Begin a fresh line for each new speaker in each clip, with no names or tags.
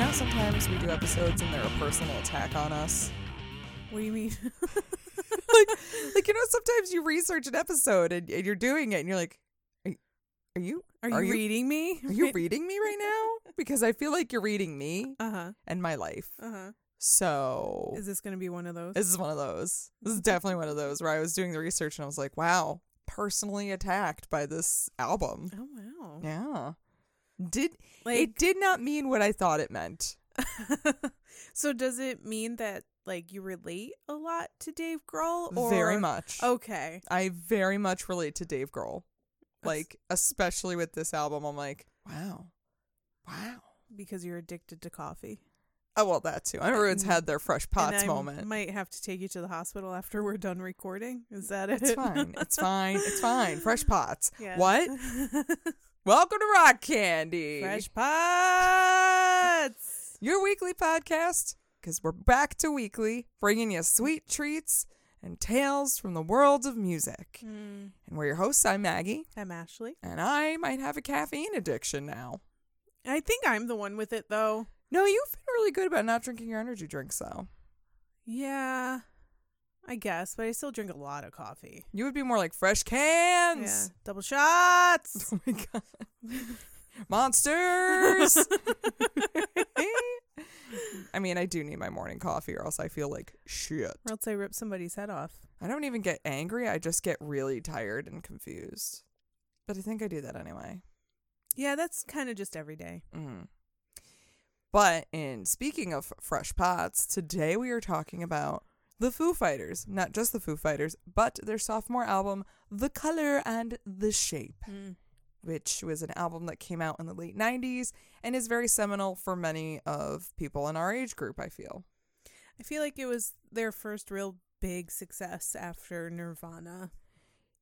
how sometimes we do episodes and they're a personal attack on us?
What do you mean?
Like, you know, sometimes you research an episode and, and you're doing it and you're like, are are you,
Are you,
Are you-
reading me?
are you reading me right now? Because I feel like you're reading me
Uh huh.
and my life.
Uh huh.
So
Is this going to be one of those?
this is one of those. This is definitely one of those where I was doing the research and I was like, wow, personally attacked by this album.
oh wow.
Yeah. Did
Like
it did not mean what I thought it meant.
so does it mean that like you relate a lot to Dave Grohl or
very much.
Okay.
I very much relate to Dave Grohl.
That's-
Like, especially with this album, I'm like, wow. Wow.
Because you're addicted to coffee.
Oh, well, that too. Everyone's had their fresh pots
I
moment.
Might have to take you to the hospital after we're done recording. Is that it?
It's fine. It's fine. It's fine. Fresh pots.
Yeah.
What? Welcome to Rock Candy.
Fresh pots.
Your weekly podcast, because we're back to weekly, bringing you sweet treats and tales from the world of music.
Mm.
And we're your hosts. I'm Maggie,
I'm Ashley.
and I might have a caffeine addiction now.
I think I'm the one with it though.
No, you've been really good about not drinking your energy drinks, though.
Yeah. I guess, but I still drink a lot of coffee.
You would be more like fresh
Yeah.
cans.
Double shots.
Oh my god. Monsters. I mean, I do need my morning coffee or else I feel like shit.
or else I rip somebody's head off.
I don't even get angry. I just get really tired and confused. But I think I do that anyway.
Yeah, that's kind of just every day.
Mm. But in speaking of fresh pots, today we are talking about the Foo Fighters, not just the Foo Fighters, but their sophomore album, The Color and the Shape. which was an album that came out in the late 90s and is very seminal for many of people in our age group, I feel.
I feel like it was their first real big success after Nirvana.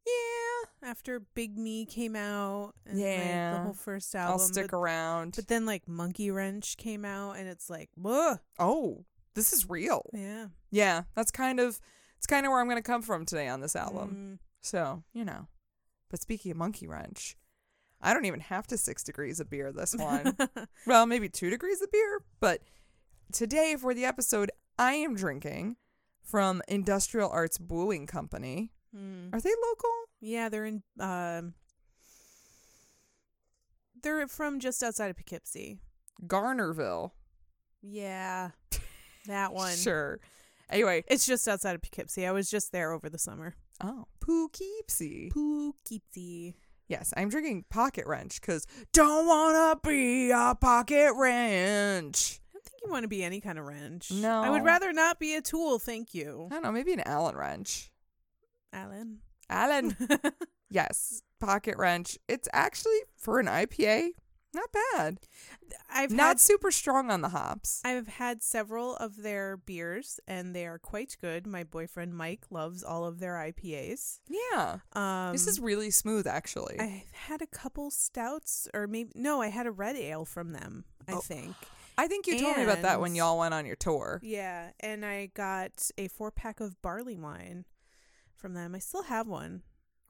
Yeah.
After Big Me came out, and like,
Yeah.
the whole first album.
I'll stick
but,
around.
but then like Monkey Wrench came out, and it's like, whoa,
oh, this is real.
yeah,
Yeah, that's kind of it's kind of where I'm going to come from today on this album.
Mm.
So, you know. But speaking of Monkey Wrench, I don't even have to 6 degrees of beer
Mm.
this one. well, maybe 2 degrees of beer, but today for the episode I am drinking from Industrial Arts Brewing Company.
Mm.
Are they local?
Yeah, they're in. Um, they're from just outside of Poughkeepsie.
Garnerville.
Yeah, that one.
Sure. Anyway,
It's just outside of Poughkeepsie. I was just there over the summer.
oh, Poughkeepsie.
Poughkeepsie.
Yes, I'm drinking Pocket Wrench because don't want to be a Pocket Wrench.
I don't think you want to be any kind of wrench.
No.
I would rather not be a tool, thank you.
I don't know, maybe an Allen wrench.
Alan.
Allen. yes, Pocket Wrench. It's actually, for an IPA, not bad.
I've
not
had
super strong on the hops.
I've had several of their beers and they are quite good. My boyfriend Mike loves all of their IPAs.
yeah.
Um
this is really smooth, actually.
I've had a couple stouts or maybe no, I had a red ale from them, I
Oh.
think.
I think you told me about that when
and-
y'all went on your tour.
Yeah, and I got a 4-pack of barley wine from them. I still have one.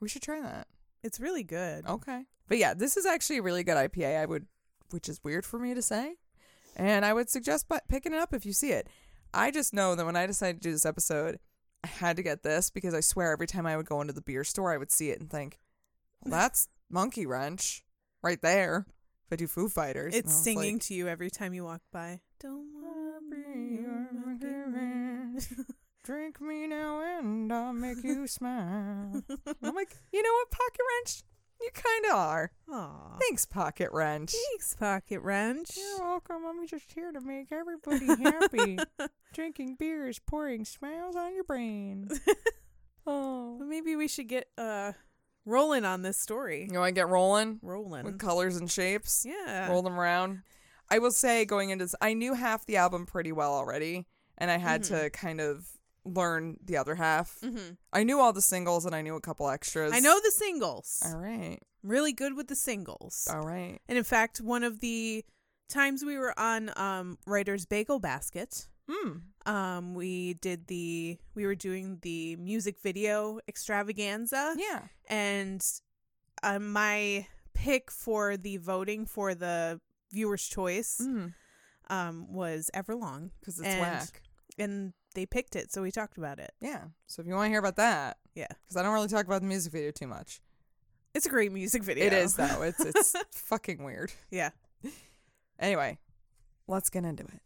We should try that.
It's really good.
Okay. But yeah, this is actually a really good IPA. I would, which is weird for me to say, and I would suggest bu- picking it up if you see it. I just know that when I decided to do this episode, I had to get this because I swear every time I would go into the beer store, I would see it and think, "Well, that's Monkey Wrench right there." If I do Foo Fighters, and
It's
I was
singing
like,
to you every time you walk by. Don't wanna be a monkey wrench.
Drink me now and I'll make you smile. I'm like, you know what, Pocket Wrench? You kind of are.
Aw.
Thanks, Pocket Wrench.
Thanks, Pocket Wrench.
You're welcome. I'm just here to make everybody happy. Drinking beer is pouring smiles on your brain. oh.
Well, maybe we should get uh rolling on this story.
You want to get rolling with
Rolling.
colors and shapes?
Yeah.
Roll them around. I will say, going into this, I knew half the album pretty well already, and I had to kind of learn the other half.
Mhm.
I knew all the singles and Mm-hmm. I knew a couple extras.
I know the singles.
All right.
I'm really good with the singles.
All right.
And in fact, one of the times we were on um Writer's Bagel Basket,
Mm.
um we did the we were doing the music video extravaganza.
Yeah.
and uh, my pick for the voting for the viewer's choice
Mm.
um, was Everlong,
because it's
And-
whack.
and they picked it, so we talked about it.
Yeah. So if you want to hear about that,
Yeah.
because I don't really talk about the music video too much.
It's a great music video.
It is though. It's it's fucking weird.
yeah.
Anyway, let's get into it.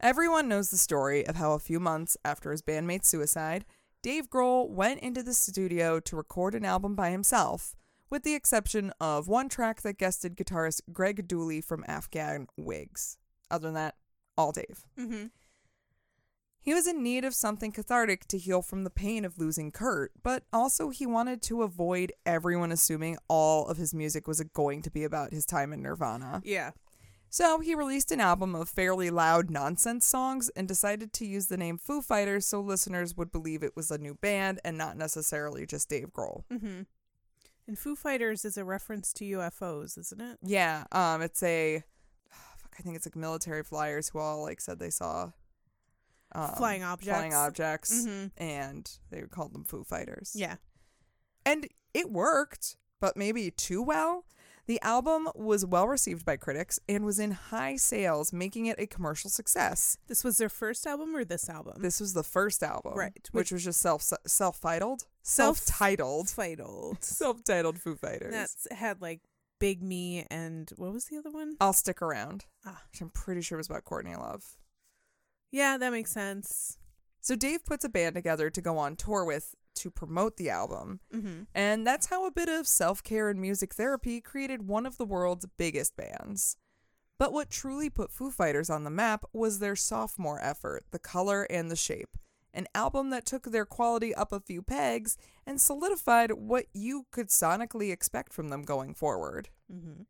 Everyone knows the story of how a few months after his bandmate's suicide, Dave Grohl went into the studio to record an album by himself, with the exception of one track that guested guitarist Greg Dooley from Afghan Wigs. Other than that, all Dave.
Mm-hmm.
He was in need of something cathartic to heal from the pain of losing Kurt, but also he wanted to avoid everyone assuming all of his music was going to be about his time in Nirvana.
Yeah.
So he released an album of fairly loud nonsense songs and decided to use the name Foo Fighters so listeners would believe it was a new band and not necessarily just Dave Grohl.
Mm-hmm. And Foo Fighters is a reference to UFOs, isn't it?
Yeah, um, it's a, fuck, I think it's like military flyers who all like said they saw um,
Flying objects.
flying objects,
Mm-hmm.
and they called them Foo Fighters.
Yeah.
And it worked, but maybe too well. The album was well received by critics and was in high sales, making it a commercial success.
This was their first album or this album?
This was the first album,
Right,
Which, was just self self titled,
Self-
self titled,
Fiddled.
self titled Foo Fighters.
That's had like Big Me and what was the other one?
I'll stick around,
Ah.
which I'm pretty sure was about Courtney Love.
Yeah, that makes sense.
So Dave puts a band together to go on tour with to promote the album,
Mm-hmm.
and that's how a bit of self care and music therapy created one of the world's biggest bands. But what truly put Foo Fighters on the map was their sophomore effort, The Color and the Shape, an album that took their quality up a few pegs and solidified what you could sonically expect from them going forward.
Mm-hmm.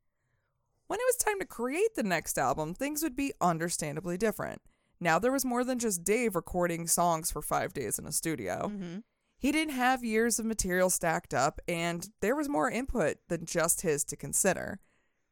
When it was time to create the next album, things would be understandably different. Now there was more than just Dave recording songs for five days in a studio.
Mm-hmm.
He didn't have years of material stacked up, and there was more input than just his to consider.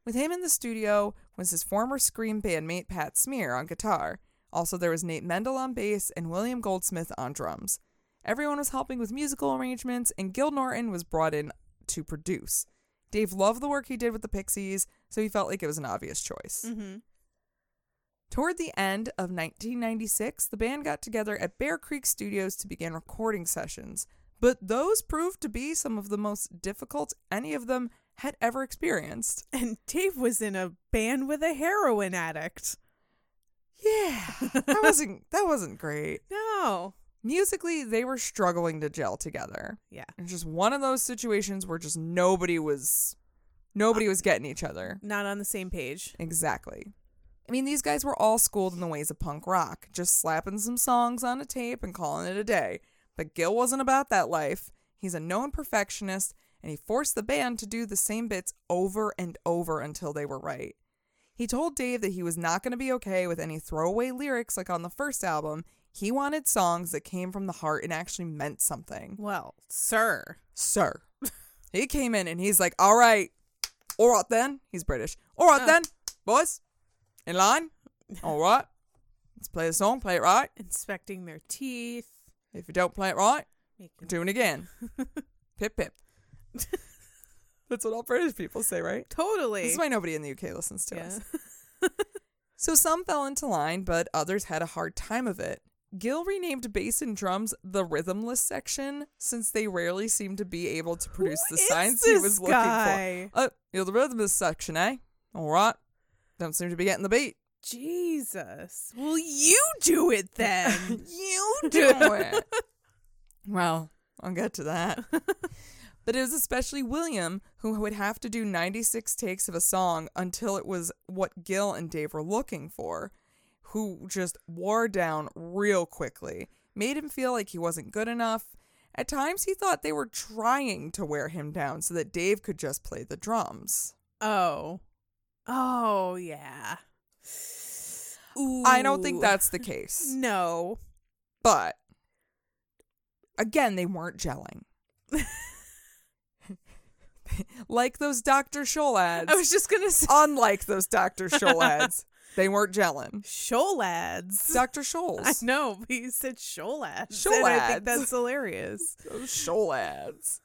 With him in the studio was his former Scream bandmate Pat Smear on guitar. Also, there was Nate Mendel on bass and William Goldsmith on drums. Everyone was helping with musical arrangements, and Gil Norton was brought in to produce. Dave loved the work he did with the Pixies, so he felt like it was an obvious choice.
Mm-hmm.
Toward the end of 1996, the band got together at Bear Creek Studios to begin recording sessions, but those proved to be some of the most difficult any of them had ever experienced.
And Dave was in a band with a heroin addict.
Yeah, that wasn't that wasn't great.
No.
Musically, they were struggling to gel together.
Yeah.
It was just one of those situations where just nobody was nobody was getting each other.
Not on the same page.
Exactly. I mean, these guys were all schooled in the ways of punk rock, just slapping some songs on a tape and calling it a day. But Gil wasn't about that life. He's a known perfectionist, and he forced the band to do the same bits over and over until they were right. He told Dave that he was not going to be okay with any throwaway lyrics like on the first album. He wanted songs that came from the heart and actually meant something
Well, sir.
sir. He came in and he's like, all right, all right then. He's British. All right
Oh.
then, boys, in line. All right, let's play the song, play it right.
Inspecting their teeth.
If you don't play it right, we're
Making
doing it again. pip, pip. That's what all British people say, right?
totally.
This is why nobody in the UK listens to
yeah.
us. So some fell into line, but others had a hard time of it. Gill renamed bass and drums the rhythmless section since they rarely seemed to be able to produce
Who
the
is
signs he
this
was looking for.
guy?
Oh, you're the rhythmless section, eh? All right. Don't seem to be getting the beat.
Jesus. Well, you do it then.
you do it. well, I'll get to that. but it was especially William who would have to do 96 takes of a song until it was what Gil and Dave were looking for, who just wore down real quickly, made him feel like he wasn't good enough. At times, he thought they were trying to wear him down so that Dave could just play the drums.
oh. Oh, yeah. Ooh.
I don't think that's the case.
No.
But again, they weren't gelling. like those Dr. Scholl ads.
I was just going to
Oh.
say.
unlike those Dr. Scholl ads, they weren't gelling.
Sholads.
Dr.
I
Scholl's.
know, but you said sholads. and I
Sholads.
think that's hilarious.
Those Scholl ads.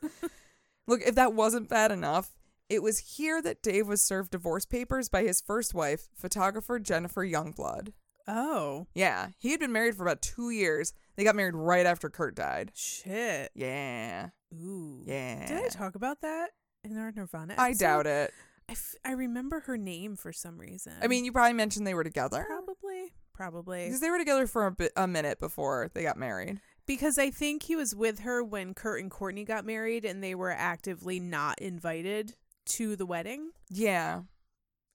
Look, if that wasn't bad enough, It was here that Dave was served divorce papers by his first wife, photographer Jennifer Youngblood.
Oh,
Yeah, he had been married for about two years. They got married right after Kurt died.
shit.
Yeah,
Ooh.
yeah.
Did I talk about that in our Nirvana episode?
I doubt it.
I, f- I remember her name for some reason.
I mean, you probably mentioned they were together
probably. Probably.
because they were together for a, bit, a minute before they got married.
Because I think he was with her when Kurt and Courtney got married and they were actively not invited to the wedding.
Yeah.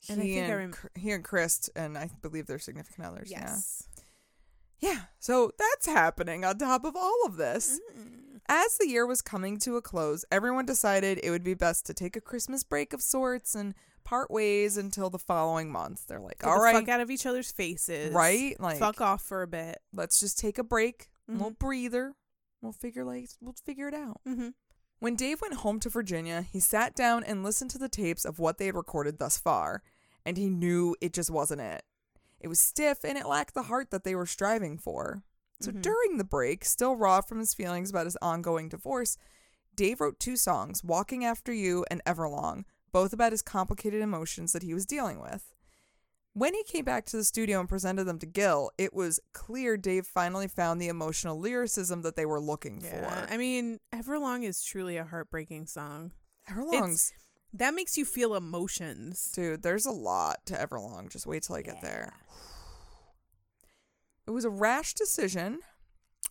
And I
he,
think I
and,
rem-
Chr- he and Chris and I believe their significant others. Yeah. Yeah. So that's happening on top of all of
Mm.
this.
Mm-hmm. Mm-mm.
As the year was coming to a close, everyone decided it would be best to take a Christmas break of sorts and part ways until the following month. They're like,
Get
all
the
right,
Fuck out of each other's faces.
right? Like,
fuck off for a bit.
let's just take a break,
Mhm.
little breather. We'll figure like we'll figure it out.
Mm-hmm.
When Dave went home to Virginia, he sat down and listened to the tapes of what they had recorded thus far, and he knew it just wasn't it. It was stiff and it lacked the heart that they were striving for. So
Mhm.
during the break, still raw from his feelings about his ongoing divorce, Dave wrote two songs, Walking After You and Everlong, both about his complicated emotions that he was dealing with. When he came back to the studio and presented them to Gil, it was clear Dave finally found the emotional lyricism that they were looking
Yeah.
for.
I mean, Everlong is truly a heartbreaking song.
Everlong's
That makes you feel emotions.
Dude, there's a lot to Everlong. Just wait till I get there. It was a rash decision,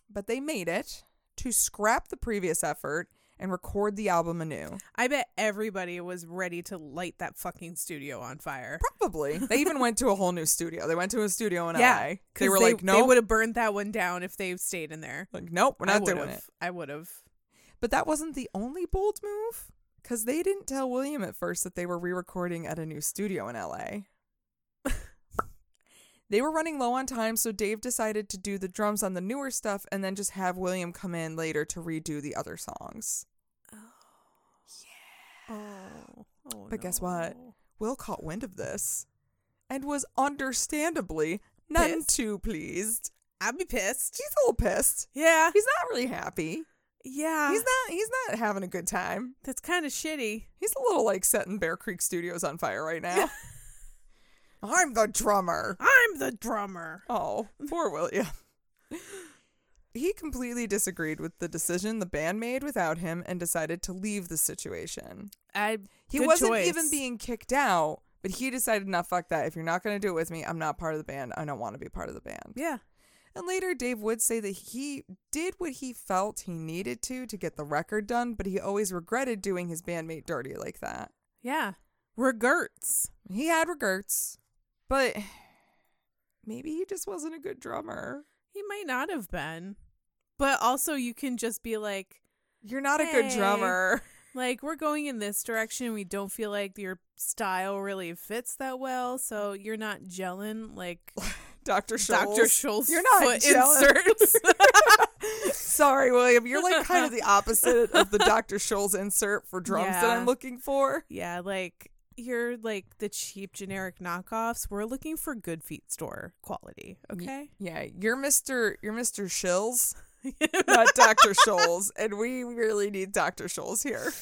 but they made it to scrap the previous effort and record the album anew.
I bet everybody was ready to light that fucking studio on fire.
Probably. They even went to a whole new studio. They went to a studio in LA. They
'cause
were like,
they
nope.
would have burned that one down if they stayed in there.
like, nope, we're not
I
doing
would've.
it.
I would have.
But that wasn't the only bold move because they didn't tell William at first that they were re recording at a new studio in LA. they were running low on time, so Dave decided to do the drums on the newer stuff and then just have William come in later to redo the other songs.
Oh. oh
But guess what?
no.
Will caught wind of this and was understandably none
Pissed?
too pleased.
I'd be pissed.
He's a little pissed.
Yeah.
He's not really happy.
Yeah.
He's not he's not having a good time.
That's kind of shitty.
He's a little like setting Bear Creek Studios on fire right now. I'm the drummer.
I'm the drummer.
Oh, poor William. he completely disagreed with the decision the band made without him and decided to leave the situation.
I
He
Good
wasn't
choice.
even being kicked out, but he decided, not fuck that. If you're not going to do it with me, I'm not part of the band. I don't want to be part of the band.
yeah.
And later, Dave would say that he did what he felt he needed to to get the record done, but he always regretted doing his bandmate dirty like that.
Yeah. Regerts.
He had regrets, but maybe he just wasn't a good drummer.
He might not have been. But also you can just be like
You're not a good
Hey.
drummer.
like we're going in this direction. We don't feel like your style really fits that well, so you're not gelling like
Dr. Scholes.
Dr. Scholl's
You're not
foot
jealous.
inserts.
Sorry, William. You're like kind of the opposite of the Dr. Scholes insert for drums that I'm
Yeah.
looking for.
yeah, like you're like the cheap generic knockoffs. We're looking for good feet store quality, okay?
Yeah, you're Mr. You're Mr. Shills, not Dr. Scholes, and we really need Dr. Scholes here.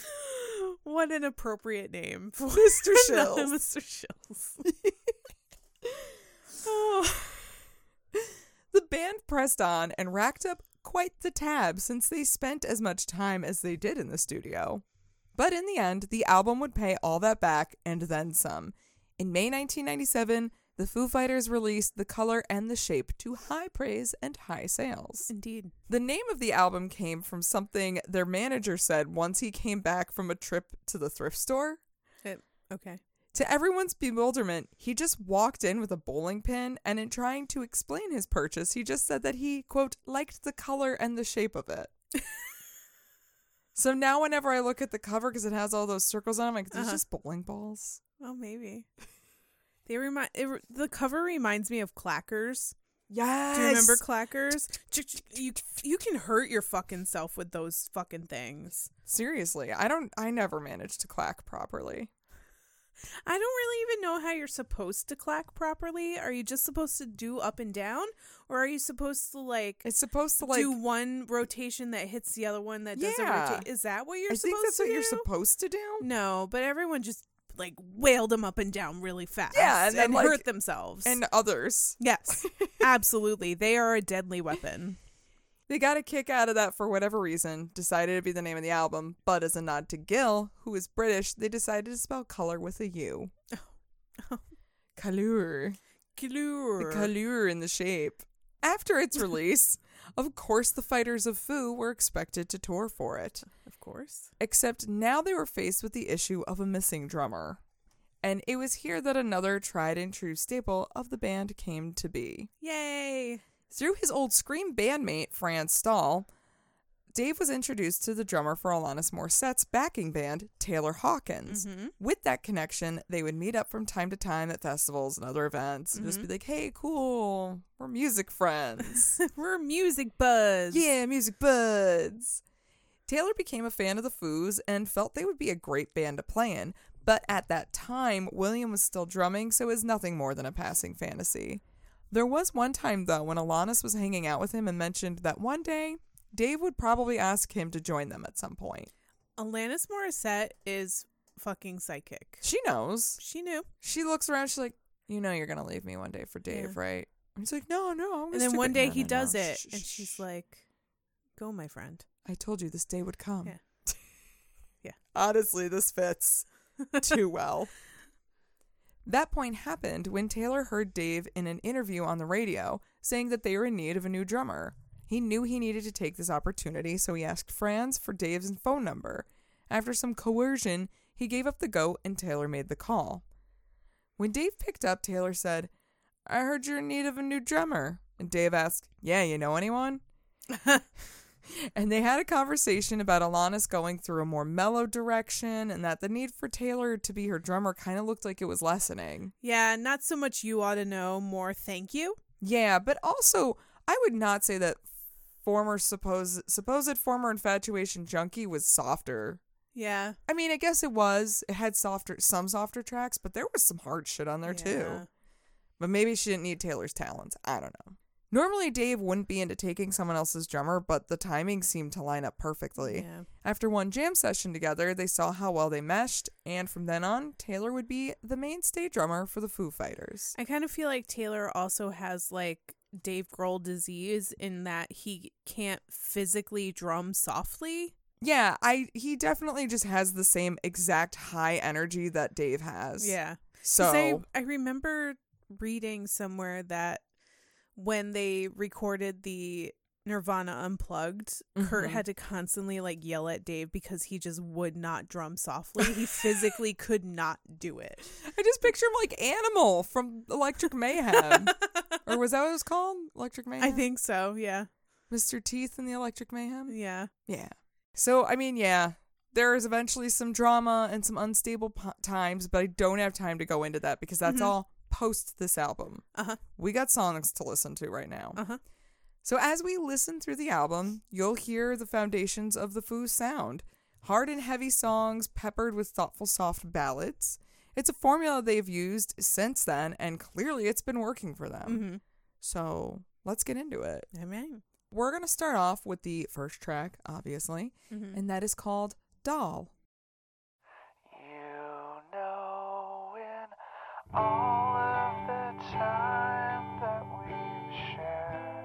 what an appropriate name for
Mr.
another
Shills.
Mr. Shills.
The band pressed on and racked up quite the tab since they spent as much time as they did in the studio. But in the end, the album would pay all that back and then some. In May 1997, the Foo Fighters released The Color and the Shape to high praise and high sales.
Indeed.
The name of the album came from something their manager said once he came back from a trip to the thrift store.
It- okay.
To everyone's bewilderment, he just walked in with a bowling pin, and in trying to explain his purchase, he just said that he, quote, liked the color and the shape of it. so now, whenever I look at the cover, because it has all those circles on it, I'm like, these
Uh-huh.
just bowling balls.
Well, maybe. They remind it, re- the cover reminds me of clackers.
Yes.
Do you remember clackers? You you can hurt your fucking self with those fucking things.
Seriously, I don't, I never managed to clack properly.
I don't really even know how you're supposed to clack properly. Are you just supposed to do up and down, or are you supposed to like
It's supposed to like.
do one rotation that hits the other one that doesn't
Yeah.
rotate? Is that what you're
I
supposed
think that's
to
what
do?
you're supposed to do.
No, but everyone just like wailed them up and down really fast.
Yeah, and then, like-
hurt themselves.
And others.
yes, absolutely, they are a deadly weapon.
They got a kick out of that for whatever reason, decided to be the name of the album, but as a nod to Gil, who is British, they decided to spell color with a U. Colour. The
Glure.
colour in the shape. After its release, of course the fighters of Foo were expected to tour for it.
of course.
Except now they were faced with the issue of a missing drummer. And it was here that another tried and true staple of the band came to be.
Yay!
Through his old Scream bandmate, Franz Stahl, Dave was introduced to the drummer for Alanis Morissette's backing band, Taylor Hawkins. With that connection, they would meet up from time to time at festivals and other events and just be like, hey, cool, we're music friends.
We're music buzz.
yeah, music buds. Taylor became a fan of the Foos and felt they would be a great band to play in. But at that time, William was still drumming, so it was nothing more than a passing fantasy. There was one time, though, when Alanis was hanging out with him and mentioned that one day Dave would probably ask him to join them at some point.
Alanis Morissette is fucking psychic.
She knows.
She knew.
She looks around. She's like, You know, you're going to leave me one day for Dave,
Yeah.
right? And he's like, No, no. I'm
And
gonna
then
stick
one
it-
day
"No,
he
no, no.
does it,
Shh, shh,
and
shh,
she's
shh.
like, "Go, my friend."
I told you this day would come.
Yeah. Yeah.
Honestly, this fits too well. That point happened when Taylor heard Dave in an interview on the radio saying that they were in need of a new drummer. He knew he needed to take this opportunity, so he asked Franz for Dave's phone number. After some coercion, he gave up the goat and Taylor made the call. When Dave picked up, Taylor said, I heard you're in need of a new drummer. And Dave asked, Yeah, you know anyone? And they had a conversation about Alanis going through a more mellow direction and that the need for Taylor to be her drummer kind of looked like it was lessening.
Yeah, not so much you ought to know, more thank you.
Yeah, but also, I would not say that former supposed supposed former infatuation junkie was softer.
Yeah.
I mean, I guess it was. It had softer some softer tracks, but there was some hard shit on there too.
yeah.
But maybe she didn't need Taylor's talents. I don't know. Normally, Dave wouldn't be into taking someone else's drummer, but the timing seemed to line up perfectly.
Yeah.
After one jam session together, they saw how well they meshed, and from then on, Taylor would be the mainstay drummer for the Foo Fighters.
I kind of feel like Taylor also has like Dave Grohl disease in that he can't physically drum softly.
Yeah, I he definitely just has the same exact high energy that Dave has.
Yeah. 'Cause
So
I, I remember reading somewhere that when they recorded the Nirvana Unplugged, Kurt
Mhm.
had to constantly like yell at Dave because he just would not drum softly. He physically could not do it.
I just picture him like Animal from Electric Mayhem. or was that what it was called? Electric Mayhem?
I think so. Yeah.
Mr. Teeth in the Electric Mayhem?
Yeah.
Yeah. So, I mean, yeah, there is eventually some drama and some unstable po- times, but I don't have time to go into that because that's all post this album.
Uh-huh.
We got songs to listen to right now.
Uh-huh.
So, as we listen through the album, you'll hear the foundations of the Foo sound hard and heavy songs peppered with thoughtful, soft ballads. It's a formula they've used since then, and clearly it's been working for them.
Mm-hmm.
So, let's get into it.
I mean,
We're going to start off with the first track, obviously, and that is called Doll.
You know, in all of the time that we've shared,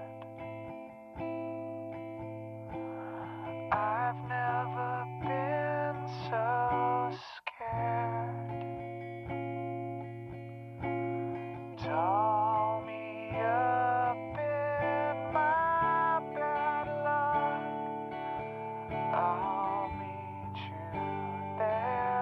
I've never been so scared. Doll me up in my bad luck. I'll meet you there.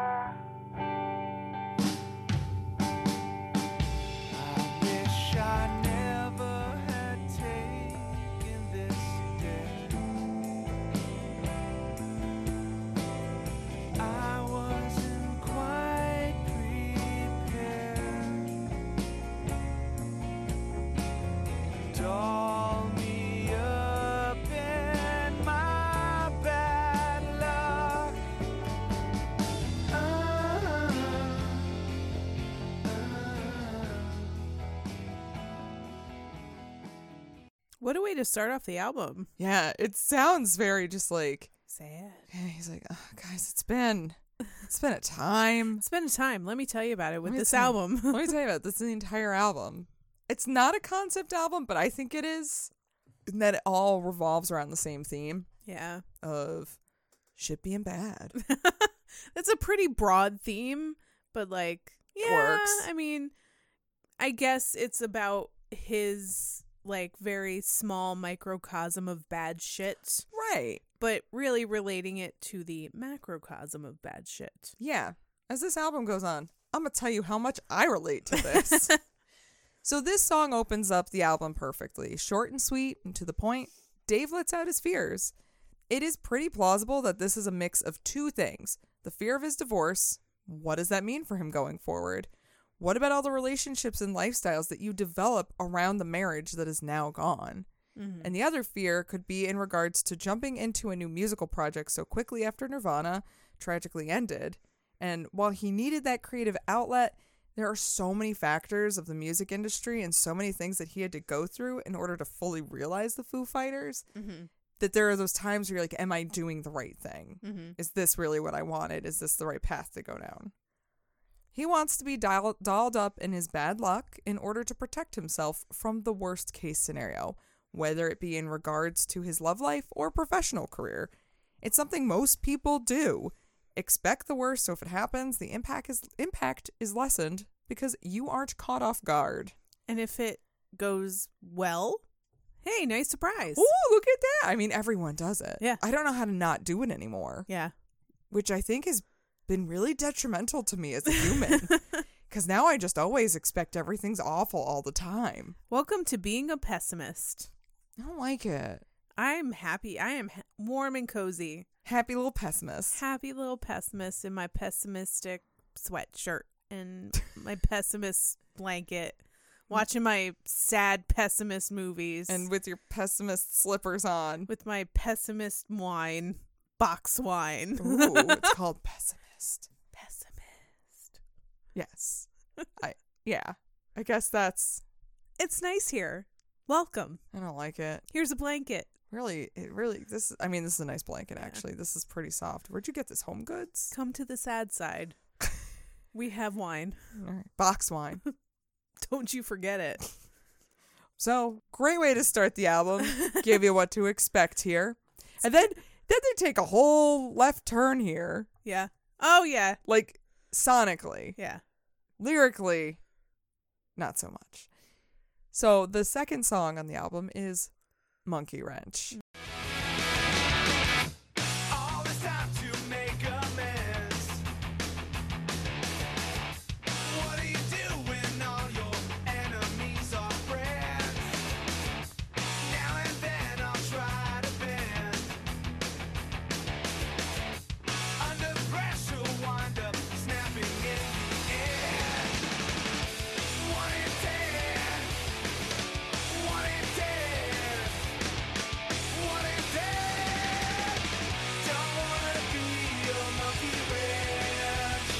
What a way to start off the album.
Yeah, it sounds very just like
Sad.
and he's like, oh, guys, it's been it's been a time.
Spend a time. Let me tell you about it with
me
this
tell
album.
Let me tell you about this is the entire album. It's not a concept album, but I think it is. And that it all revolves around the same theme
yeah.
of shit being bad.
That's a pretty broad theme, but like, yeah.
Works.
I mean, I guess it's about his like very small microcosm of bad shit,
right.
but really relating it to the macrocosm of bad shit.
Yeah. As this album goes on, I'm going to tell you how much I relate to this. so, this song opens up the album perfectly. Short and sweet and to the point. Dave lets out his fears. It is pretty plausible that this is a mix of two things the fear of his divorce. What does that mean for him going forward? What about all the relationships and lifestyles that you develop around the marriage that is now gone? And the other fear could be in regards to jumping into a new musical project so quickly after Nirvana tragically ended. And while he needed that creative outlet, there are so many factors of the music industry and so many things that he had to go through in order to fully realize the Foo Fighters that there are those times where you're like, Am I doing the right thing? Is this really what I wanted? Is this the right path to go down? He wants to be dial- dolled up in his bad luck in order to protect himself from the worst case scenario, whether it be in regards to his love life or professional career. It's something most people do. Expect the worst, so if it happens, the impact is impact is lessened because you aren't caught off guard.
And if it goes well, hey, nice surprise.
Oh, look at that! I mean, everyone does it.
Yeah.
I don't know how to not do it anymore.
Yeah.
which I think has been really detrimental to me as a human. Because now I just always expect everything's awful all the time.
Welcome to being a pessimist.
I don't like it.
I'm happy. I am ha- warm and cozy.
Happy little pessimist.
Happy little pessimist in my pessimistic sweatshirt and my pessimist blanket, watching my sad pessimist movies
And with your pessimist slippers on.
with my pessimist wine, box wine.
Ooh, it's called pessimist.
pessimist.
Yes. I yeah. I guess that's
It's nice here. Welcome.
I don't like it.
Here's a blanket.
Really it really this is I mean, this is a nice blanket actually. This is pretty soft. Where'd you get this? Home goods?
Come to the sad side. we have wine.
All right. Box wine.
Don't you forget it.
So great way to start the album. give you what to expect here, and then then they take a whole left turn here,
Yeah. Oh yeah.
like sonically,
Yeah.
lyrically, not so much. So the second song on the album is Monkey Wrench.
All this time to make amends. What do you do when all your enemies are friends? Now and then I'll try to bend. Under pressure, wind up snapping in the end. One in ten. One in ten. One in ten. Don't wanna be your monkey wrench.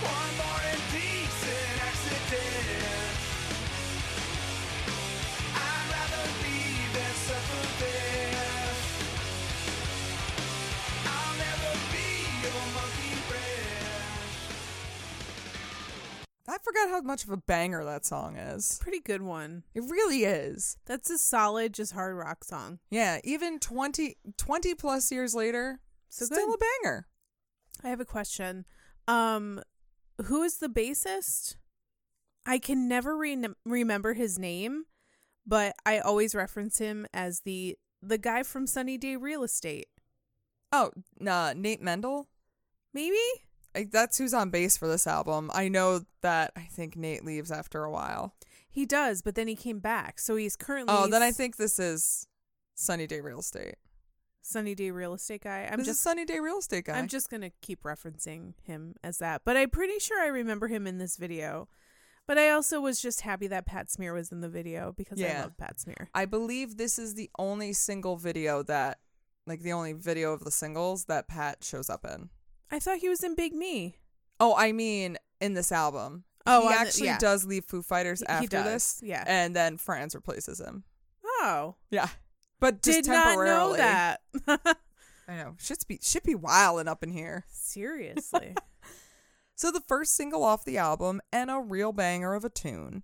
One more indecent accident. I'd rather leave than suffer this. I'll never be your monkey wrench.
I forgot how much of a banger that song is.
Pretty good one.
It really is.
That's a solid, just hard rock song.
Yeah, even 20, 20 plus years later,
So
still
good.
a banger.
I have a question. Um, who is the bassist? I can never re- remember his name, but I always reference him as the the guy from Sunny Day Real Estate.
Oh, nah, Nate Mendel.
Maybe
Like that's who's on bass for this album. I know that I think Nate leaves after a while.
he does, but then he came back, so he's currently.
Oh, then I think this is Sunny Day Real Estate.
Sunny Day Real Estate guy. I'm
This is
just
Sunny Day Real Estate guy.
I'm just gonna keep referencing him as that, but I'm pretty sure I remember him in this video. But I also was just happy that Pat Smear was in the video because I
Yeah.
love Pat Smear.
I believe this is the only single video that, like, the only video of the singles that Pat shows up in.
I thought he was in Big Me.
Oh, I mean, in this album.
Oh,
he
on the-
actually
yeah.
does leave Foo Fighters
He- he
after
does,
this,
yeah.
and then Franz replaces him.
Oh,
Yeah, but just
did not
temporarily.
know that.
I know shit's be shit be wilding up in here.
Seriously.
So the first single off the album and a real banger of a tune.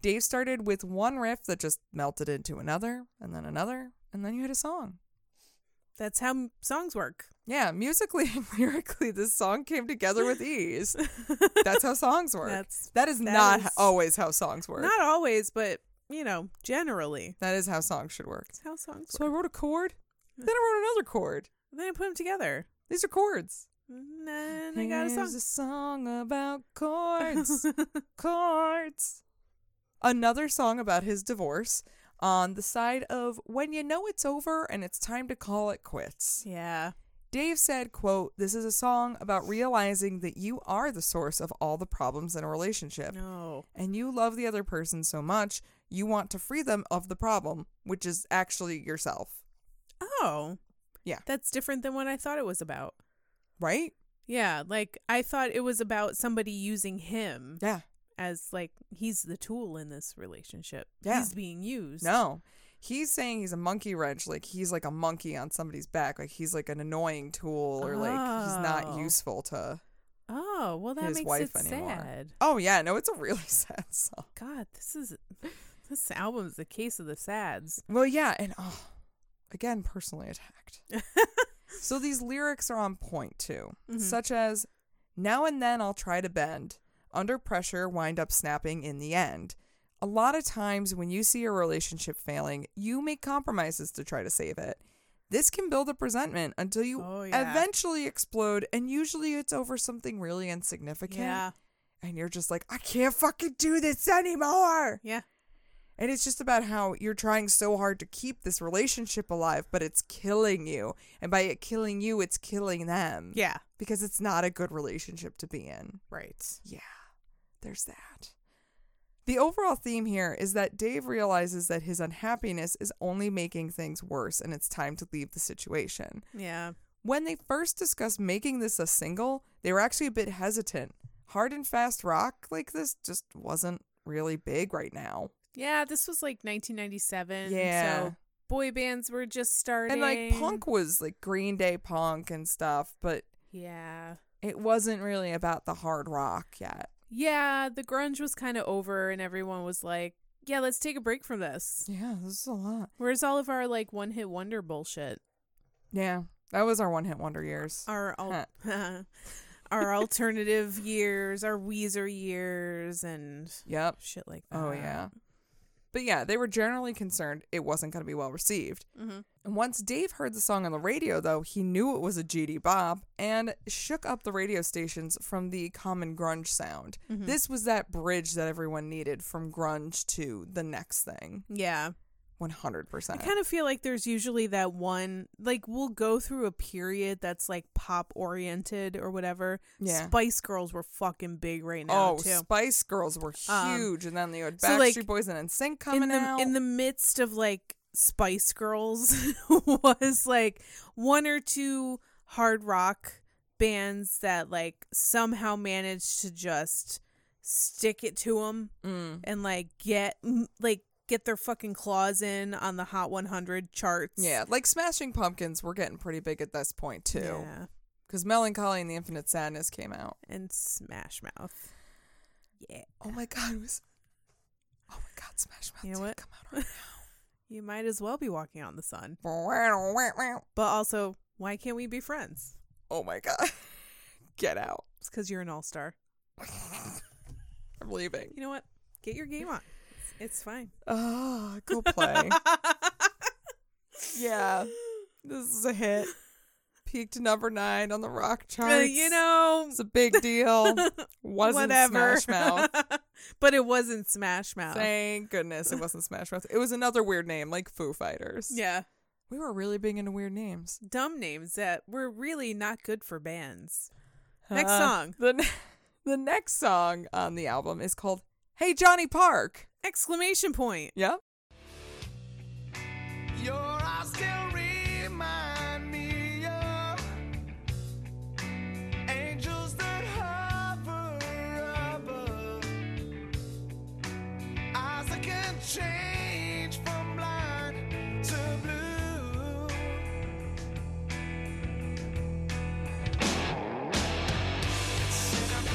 Dave started with one riff that just melted into another, and then another, and then you had a song.
That's how m- songs work.
Yeah, musically and lyrically, this song came together with ease. That's how songs work.
That's-
that is
that
not
is-
always how songs work.
Not always, but you know, generally.
that is how songs should work.
That's how songs
So I
work.
wrote a chord,
Hmm.
then I wrote another chord.
then I put them together.
These are chords.
And then I got a
Here's
song.
a song about chords. chords. Another song about his divorce on the side of when you know it's over and it's time to call it quits.
yeah.
Dave said, quote, this is a song about realizing that you are the source of all the problems in a relationship
No.
and you love the other person so much you want to free them of the problem, which is actually yourself,
Oh.
Yeah.
That's different than what I thought it was about.
right?
Yeah, like I thought it was about somebody using him
Yeah.
as like he's the tool in this relationship.
Yeah.
He's being used.
No. He's saying he's a monkey wrench, like he's like a monkey on somebody's back, like he's like an annoying tool or like he's not
Oh.
useful to
Oh, well that
his
makes
wife
it
anymore.
sad.
Oh yeah, no, it's a really sad song.
God, this is this album's the case of the sads.
Well, yeah, and oh, again, personally attacked. so these lyrics are on point too,
Mm-hmm.
such as now and then I'll try to bend, under pressure, wind up snapping in the end. A lot of times when you see a relationship failing, you make compromises to try to save it. This can build up resentment until you
Oh, yeah.
eventually explode, and usually it's over something really insignificant.
Yeah.
And you're just like, I can't fucking do this anymore.
Yeah.
And it's just about how you're trying so hard to keep this relationship alive, but it's killing you. And by it killing you, it's killing them.
Yeah.
Because it's not a good relationship to be in.
Right.
Yeah. There's that. The overall theme here is that Dave realizes that his unhappiness is only making things worse and it's time to leave the situation.
Yeah.
When they first discussed making this a single, they were actually a bit hesitant. Hard and fast rock like this just wasn't really big right now.
Yeah, this was like 1997.
Yeah.
So boy bands were just starting.
And like punk was like Green Day punk and stuff, but
Yeah.
it wasn't really about the hard rock yet.
Yeah, the grunge was kind of over and everyone was like, yeah, let's take a break from this.
Yeah, this is a lot.
Where's all of our like one hit wonder bullshit?
Yeah, that was our one hit wonder years.
Our al- our alternative years, our Weezer years and
Yep.
shit like that.
Oh, yeah. But yeah, they were generally concerned it wasn't going to be well received. And once Dave heard the song on the radio, though, he knew it was a GD Bob and shook up the radio stations from the common grunge sound. This was that bridge that everyone needed from grunge to the next thing.
Yeah.
100%.
I kind of feel like there's usually that one like we'll go through a period that's like pop oriented or whatever.
Yeah.
Spice Girls were fucking big right now
oh,
too.
Spice Girls were
Um,
huge, and then you had
so,
Backstreet
like,
Boys and NSYNC
in
coming
the
out.
in the midst of like Spice Girls was like one or two hard rock bands that like somehow managed to just stick it to them
Mm.
and like get mm, like get their fucking claws in on the Hot 100 charts.
yeah, like Smashing Pumpkins were getting pretty big at this point too,
Yeah.
because Melancholy and the Infinite Sadness came out.
And Smash Mouth. Yeah.
Oh my god, it was. Oh my god, Smash Mouth
You know
did
what?
come out. already.
You might as well be walking on the sun.
Wow, wow, wow.
But also, why can't we be friends?
oh my god, get out!
It's because you're an all star.
I'm leaving.
you know what? Get your game on. It's- It's fine.
Ah, go play. yeah, this is a hit. Peaked number nine on the rock charts.
Uh, you know,
It's a big deal. Wasn't
whatever.
Smash Mouth.
but it wasn't Smash Mouth.
Thank goodness it wasn't Smash Mouth. It was another weird name, like Foo Fighters.
Yeah.
We were really big into weird names.
Dumb names that were really not good for bands. Next
Uh,
song.
The, ne- the next song on the album is called Hey Johnny Park.
Exclamation point.
Yep.
Your eyes still remind me of angels that hover above. change from blind to blue. It's impossible.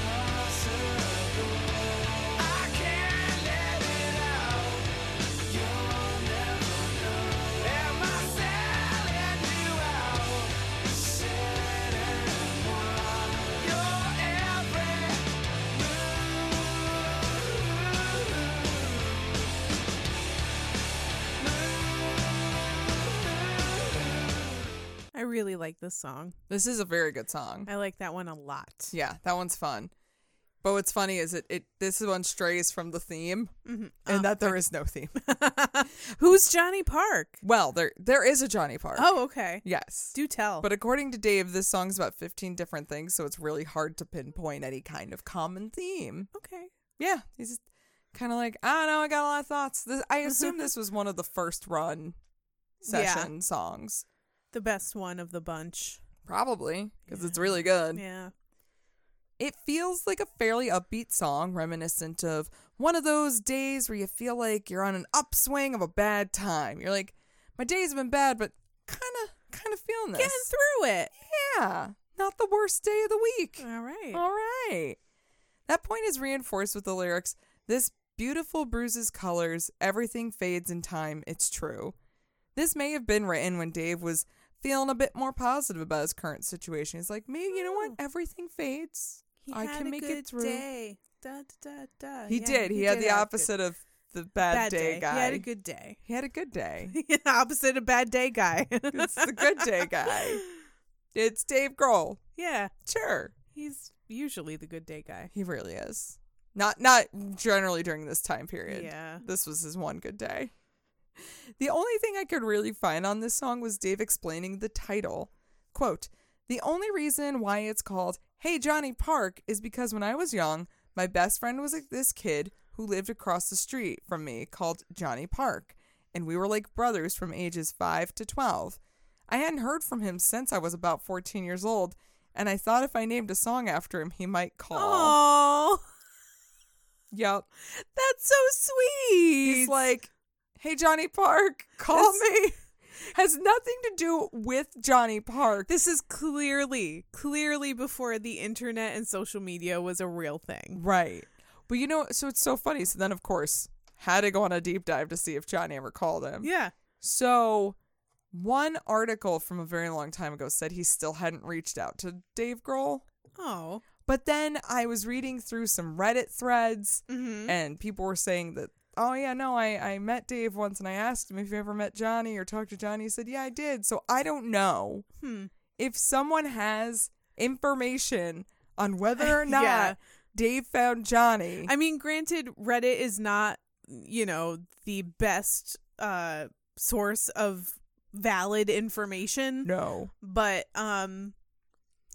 I can't let it out. You'll never know. Am I selling you out? Said and won. Your every
I really like this song.
This is a very good song.
I like that one a lot.
Yeah, that one's fun. But what's funny is it, it this one strays from the theme
Mm-hmm. Oh,
and that there is no theme.
Who's Johnny Park?
well, there there is a Johnny Park.
Oh, okay.
Yes.
Do tell.
But according to Dave, this song's about 15 different things, so it's really hard to pinpoint any kind of common theme.
okay.
Yeah, he's just kind of like, I don't know, I got a lot of thoughts. This, I assume this was one of the first run
Yeah.
session songs.
The best one of the bunch.
Probably, because it's really good.
Yeah.
It feels like a fairly upbeat song, reminiscent of one of those days where you feel like you're on an upswing of a bad time. You're like, my day's been bad, but kind of, kind of feeling this.
Getting through it.
Yeah, not the worst day of the week.
All right.
All right. That point is reinforced with the lyrics This beautiful bruises colors, everything fades in time, it's true. This may have been written when Dave was feeling a bit more positive about his current situation. He's like, maybe, you know
Mm.
what? Everything fades.
He
I
had
can
a
make
good
it through.
Day. Da, da, da, da.
He
Uh, Yeah,
did. He, had the
have a good-
opposite of the bad,
bad
day, guy.
He had a good day.
He had a good day.
opposite of bad day guy.
it's the good day guy. It's Dave Grohl.
yeah.
Sure.
He's usually the good day guy.
He really is. Not not generally during this time period.
Yeah.
This was his one good day. The only thing I could really find on this song was Dave explaining the title. Quote, "The only reason why it's called Hey Johnny Park is because when I was young, my best friend was like, this kid who lived across the street from me called Johnny Park, and we were like brothers from ages 5 to 12. I hadn't heard from him since I was about 14 years old, and I thought if I named a song after him, he might call."
Oh,
Yep.
that's so sweet.
He's like, "Hey Johnny Park, call me." Has nothing to do with Johnny Park.
this is clearly, clearly before the internet and social media was a real thing.
Right. But you know, so it's so funny. So then of course, had to go on a deep dive to see if Johnny ever called him.
Yeah.
So one article from a very long time ago said he still hadn't reached out to Dave Grohl.
Oh.
But then I was reading through some Reddit threads and people were saying that, oh, yeah, no, I, I met Dave once and I asked him if you ever met Johnny or talked to Johnny. He said, yeah, I did. So I don't know if someone has information on whether or
Yeah.
not Dave found Johnny.
I mean, granted, Reddit is not, you know, the best uh source of valid information.
no.
But um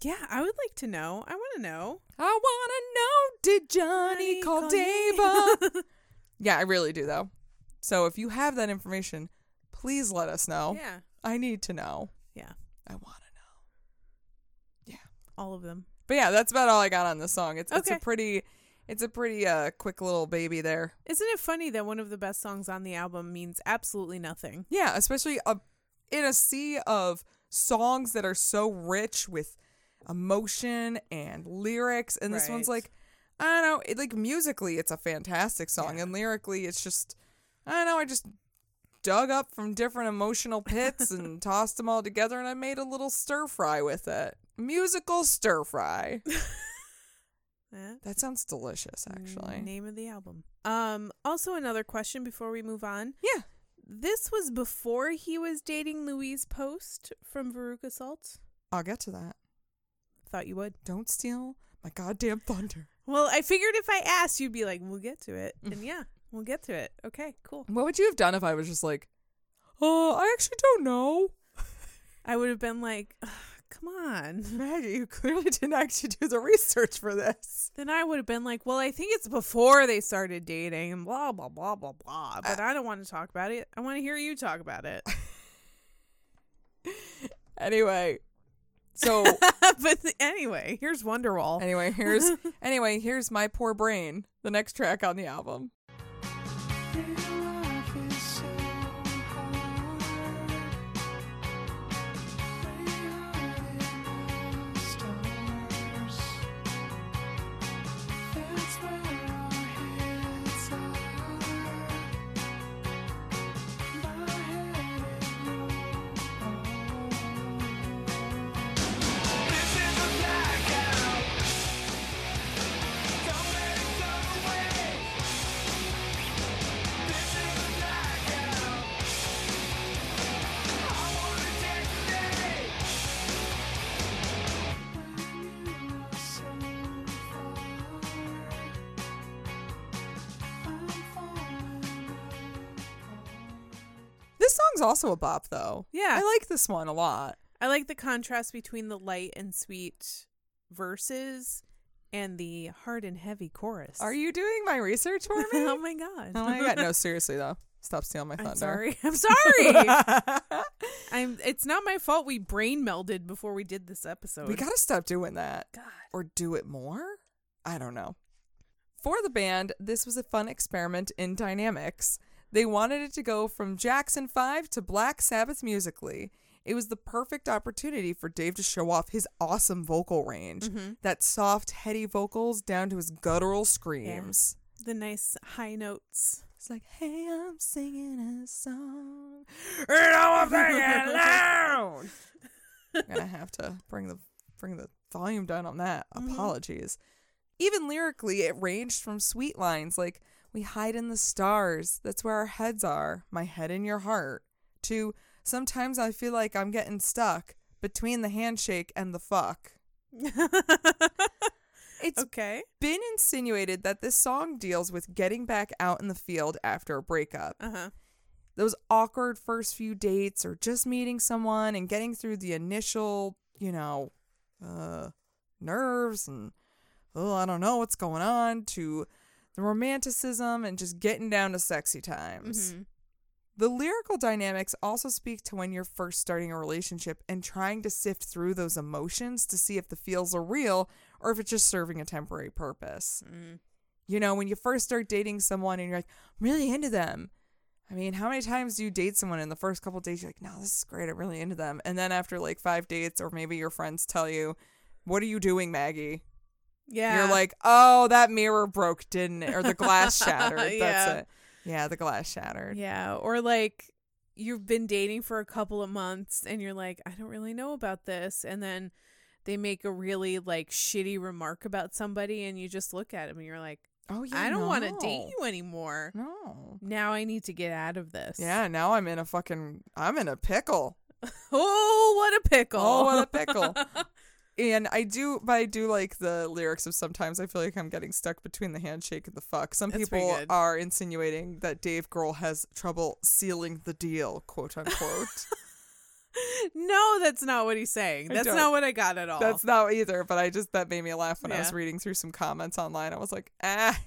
yeah, I would like to know. I want to know.
I want to know did Johnny call Dave up? yeah, I really do, though. So if you have that information, please let us know.
yeah.
I need to know.
Yeah.
I want to know.
All of them.
But yeah, that's about all I got on this song. It's it's a
Okay.
pretty it's a pretty uh quick little baby there.
Isn't it funny that one of the best songs on the album means absolutely nothing?
Yeah, especially a, in a sea of songs that are so rich with emotion and lyrics and this one's
Right.
like I don't know, it, like musically it's a fantastic song and lyrically it's just I don't know, I just dug up from different emotional pits and tossed them all together and I made a little stir fry with it. Musical stir fry.
Eh?
That sounds delicious actually.
Name of the album. Um also another question before we move on.
Yeah.
This was before he was dating Louise Post from Veruca Salt.
I'll get to that.
Thought you would.
Don't steal my goddamn thunder.
Well, I figured if I asked, you'd be like, "We'll get to it,"
Mm.
and yeah, we'll get to it. Okay, cool.
What would you have done if I was just like, oh, I actually don't know.
I would have been like, "Ugh, "Come on."
Maggie, you clearly didn't actually do the research for this.
Then I would have been like, "Well, I think it's before they started dating, and blah blah blah blah
Uh,
blah." But I don't want to talk about it. I want to hear you talk about it.
Anyway, so
but th- anyway, here's Wonderwall.
anyway, here's anyway, here's my poor brain, the next track on the album.
There are
song's also a bop, though.
Yeah.
I like this one a lot.
I like the contrast between the light and sweet verses and the hard and heavy chorus.
Are you doing my research for me?
oh my god.
Oh my god! No, seriously though, stop stealing my thunder.
I'm sorry. I'm sorry. I'm it's not my fault we brain melded before we did this episode.
we gotta stop doing that,
God.
or do it more. I don't know. For the band, this was a fun experiment in dynamics. They wanted it to go from Jackson Five to Black Sabbath musically. It was the perfect opportunity for Dave to show off his awesome vocal range, that soft, heady vocals down to his guttural screams.
the nice high notes.
It's like, hey, I'm singing a song. And I'm singing loud. I'm gonna have to bring the bring the volume down on that. Apologies. Even lyrically, it ranged from sweet lines like "We hide in the stars. That's where our heads are. My head in your heart." To "Sometimes I feel like I'm getting stuck between the handshake and the fuck." It's
okay.
been insinuated that this song deals with getting back out in the field after a breakup.
Uh-huh.
those awkward first few dates or just meeting someone and getting through the initial, you know, uh, nerves and, oh, I don't know what's going on, to the romanticism and just getting down to sexy times.
Mhm.
The lyrical dynamics also speak to when you're first starting a relationship and trying to sift through those emotions to see if the feels are real or if it's just serving a temporary purpose. You know, when you first start dating someone and you're like, I'm really into them. I mean, how many times do you date someone in the first couple of dates? You're like, no, this is great. I'm really into them. And then after like five dates, or maybe your friends tell you, What are you doing, Maggie?
Yeah.
You're like, Oh, that mirror broke, didn't it? Or the glass shattered. That's
Yeah.
it. Yeah, the glass shattered.
Yeah, or like you've been dating for a couple of months and you're like, I don't really know about this, and then they make a really like shitty remark about somebody, and you just look at them and you're like,
Oh, yeah.
I don't want to
no.
date you anymore.
No.
Now I need to get out of this.
Yeah, now I'm in a fucking, I'm in a pickle.
Oh, what a pickle.
Oh, what a pickle. and I do, but I do like the lyrics of sometimes I feel like I'm getting stuck between the handshake and the fuck. Some
That's pretty
people
good.
are insinuating that Dave Grohl has trouble sealing the deal, quote unquote.
no, that's not what he's saying.
I
That's
don't-
not what I got at all.
That's not either, but I just, that made me laugh when I was
Yeah.
reading through some comments online. I was like, ah,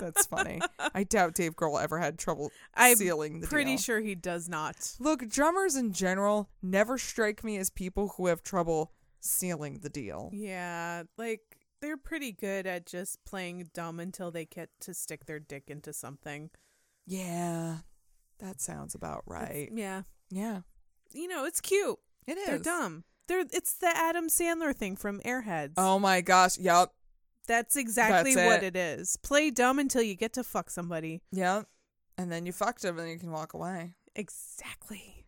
that's funny. I doubt Dave Grohl ever had trouble
I'm
sealing the
Pretty
deal.
sure he does not.
Look, drummers in general never strike me as people who have trouble sealing the deal.
Yeah, like they're pretty good at just playing dumb until they get to stick their dick into something.
Yeah, that sounds about right.
Yeah.
Yeah,
You know, it's cute.
it is.
They're dumb. They're it's the Adam Sandler thing from Airheads.
Oh my gosh. Yep.
That's exactly
That's
what
it.
it is. Play dumb until you get to fuck somebody.
Yep. And then you fucked him and then you can walk away.
Exactly.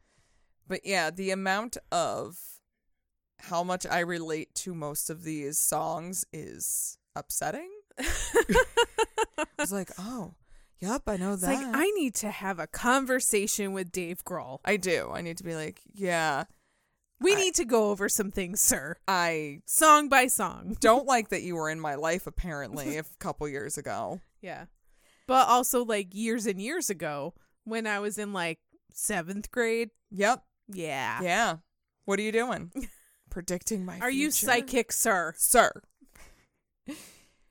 But yeah, the amount of how much I relate to most of these songs is upsetting. It's like, oh, yep, I know
It's
that.
like I need to have a conversation with Dave Grohl.
I do. I need to be like, yeah,
We
I-
need to go over some things, sir.
I
Song by song.
don't like that you were in my life apparently a couple years ago.
Yeah. But also like years and years ago when I was in like 7th grade.
Yep.
Yeah.
Yeah. What are you doing? Predicting my
Are you
future?
psychic, sir?
sir.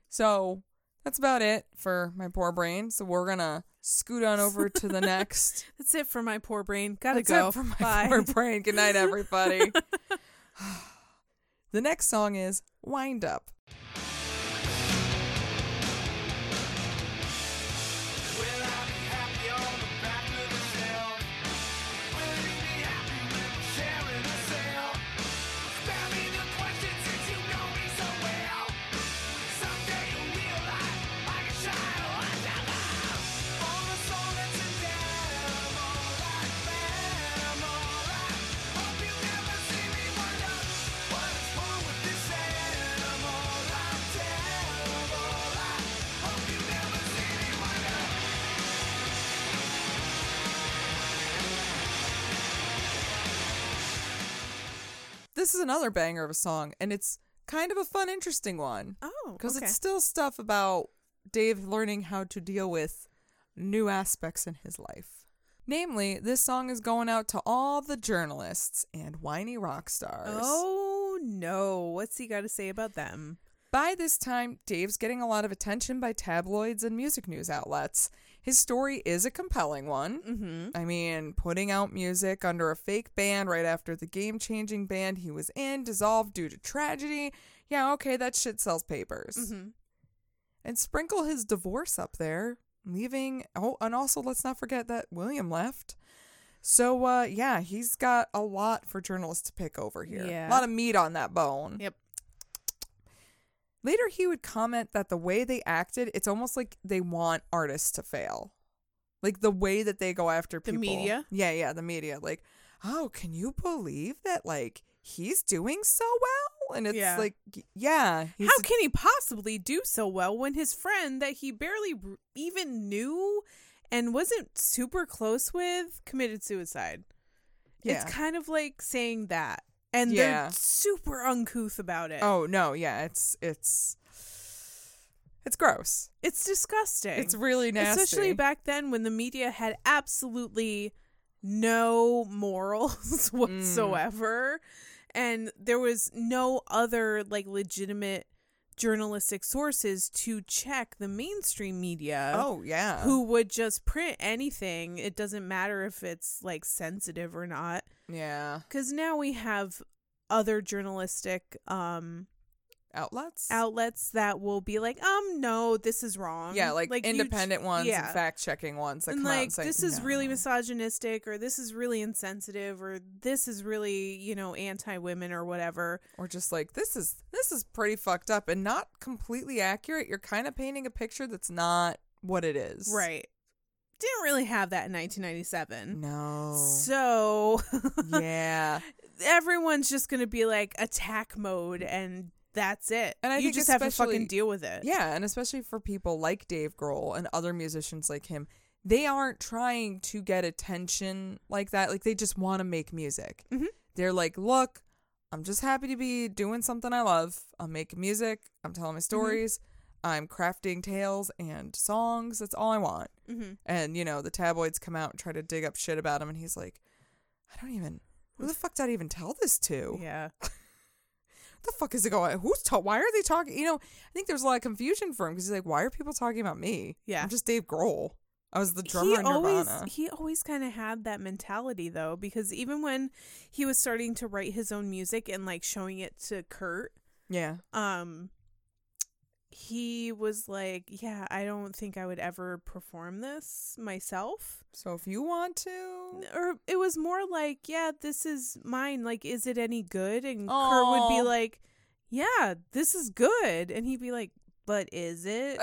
So that's about it for my poor brain. So we're gonna scoot on over to the next.
That's it for my poor brain. Gotta
That's it
go.
for my
Bye.
poor brain. Good night, everybody. the next song is "Wind Up."
Will I be happy on the back of the hill? Will you be happy when we're sharing a cell? Spare me the question since you know me so well. Someday you'll realize like a child I never All the soul that's in them, all I am, all I hope you never see me wonder what is wrong with this am, all I am, all I hope you never see me wonder.
This is another banger of a song, and it's kind of a fun, interesting one
Oh,
because
okay.
it's still stuff about Dave learning how to deal with new aspects in his life. Namely, this song is going out to all the journalists and whiny rock stars.
Oh no! What's he got to say about them?
By this time, Dave's getting a lot of attention by tabloids and music news outlets. His story is a compelling one.
Mm-hmm.
I mean, putting out music under a fake band right after the game changing band he was in dissolved due to tragedy. Yeah, okay, that shit sells papers.
Mm-hmm.
And sprinkle his divorce up there, leaving. Oh, and also let's not forget that William left. So, uh, yeah, he's got a lot for journalists to pick over here. A
Yeah.
lot of meat on that bone.
Yep.
Later, he would comment that the way they acted, it's almost like they want artists to fail. Like the way that they go after
The
people.
media?
Yeah, yeah, the media. Like, oh, can you believe that, like, he's doing so well? And it's
Yeah.
like, yeah. he's
How can he possibly do so well when his friend that he barely r- even knew and wasn't super close with committed suicide?
yeah.
It's kind of like saying that. And
Yeah.
they're super uncouth about it.
Oh no, yeah, it's it's it's gross.
It's disgusting.
It's really nasty.
Especially back then when the media had absolutely no
Mm.
morals whatsoever. And there was no other like legitimate journalistic sources to check the mainstream media.
Oh yeah.
Who would just print anything? It doesn't matter if it's like sensitive or not.
yeah.
Because now we have other journalistic um,
Outlets?
outlets that will be like, um, no, this is wrong.
yeah, like,
you ch-
independent ones
yeah.
and fact checking ones that
and
come out
like
and say
this is really
"No."
misogynistic or this is really insensitive or this is really you know anti-women or whatever
or just like this is this is pretty fucked up and not completely accurate. You're kind of painting a picture that's not what it is.
right didn't really have that in 1997
No.
so
yeah.
everyone's just gonna be like attack mode and that's it
And I
you
think
just have to
especially-
fucking deal with it
Yeah, and especially for people like Dave Grohl and other musicians like him, they aren't trying to get attention like that. Like they just want to make music.
Mhm.
They're like, look, I'm just happy to be doing something I love. I'm making music. I'm telling
Mm-hmm.
my stories. I'm crafting tales and songs. That's all I want.
mm-hmm.
And you know, the tabloids come out and try to dig up shit about him, and he's like, I don't even. Who the fuck did I even tell this to?
yeah
the fuck is it going? Who's ta- why are they talking? You know, I think there's a lot of confusion for him because he's like, why are people talking about me?
Yeah.
I'm just Dave Grohl. I was the drummer
he
in
always
Nirvana.
he always kind of had that mentality though because even when he was starting to write his own music and like showing it to Kurt
yeah,
um he was like yeah I don't think I would ever perform this myself
so if you want to,
or it was more like yeah this is mine like is it any good and Kurt would be
Aw.
like yeah this is good and he'd be like but is it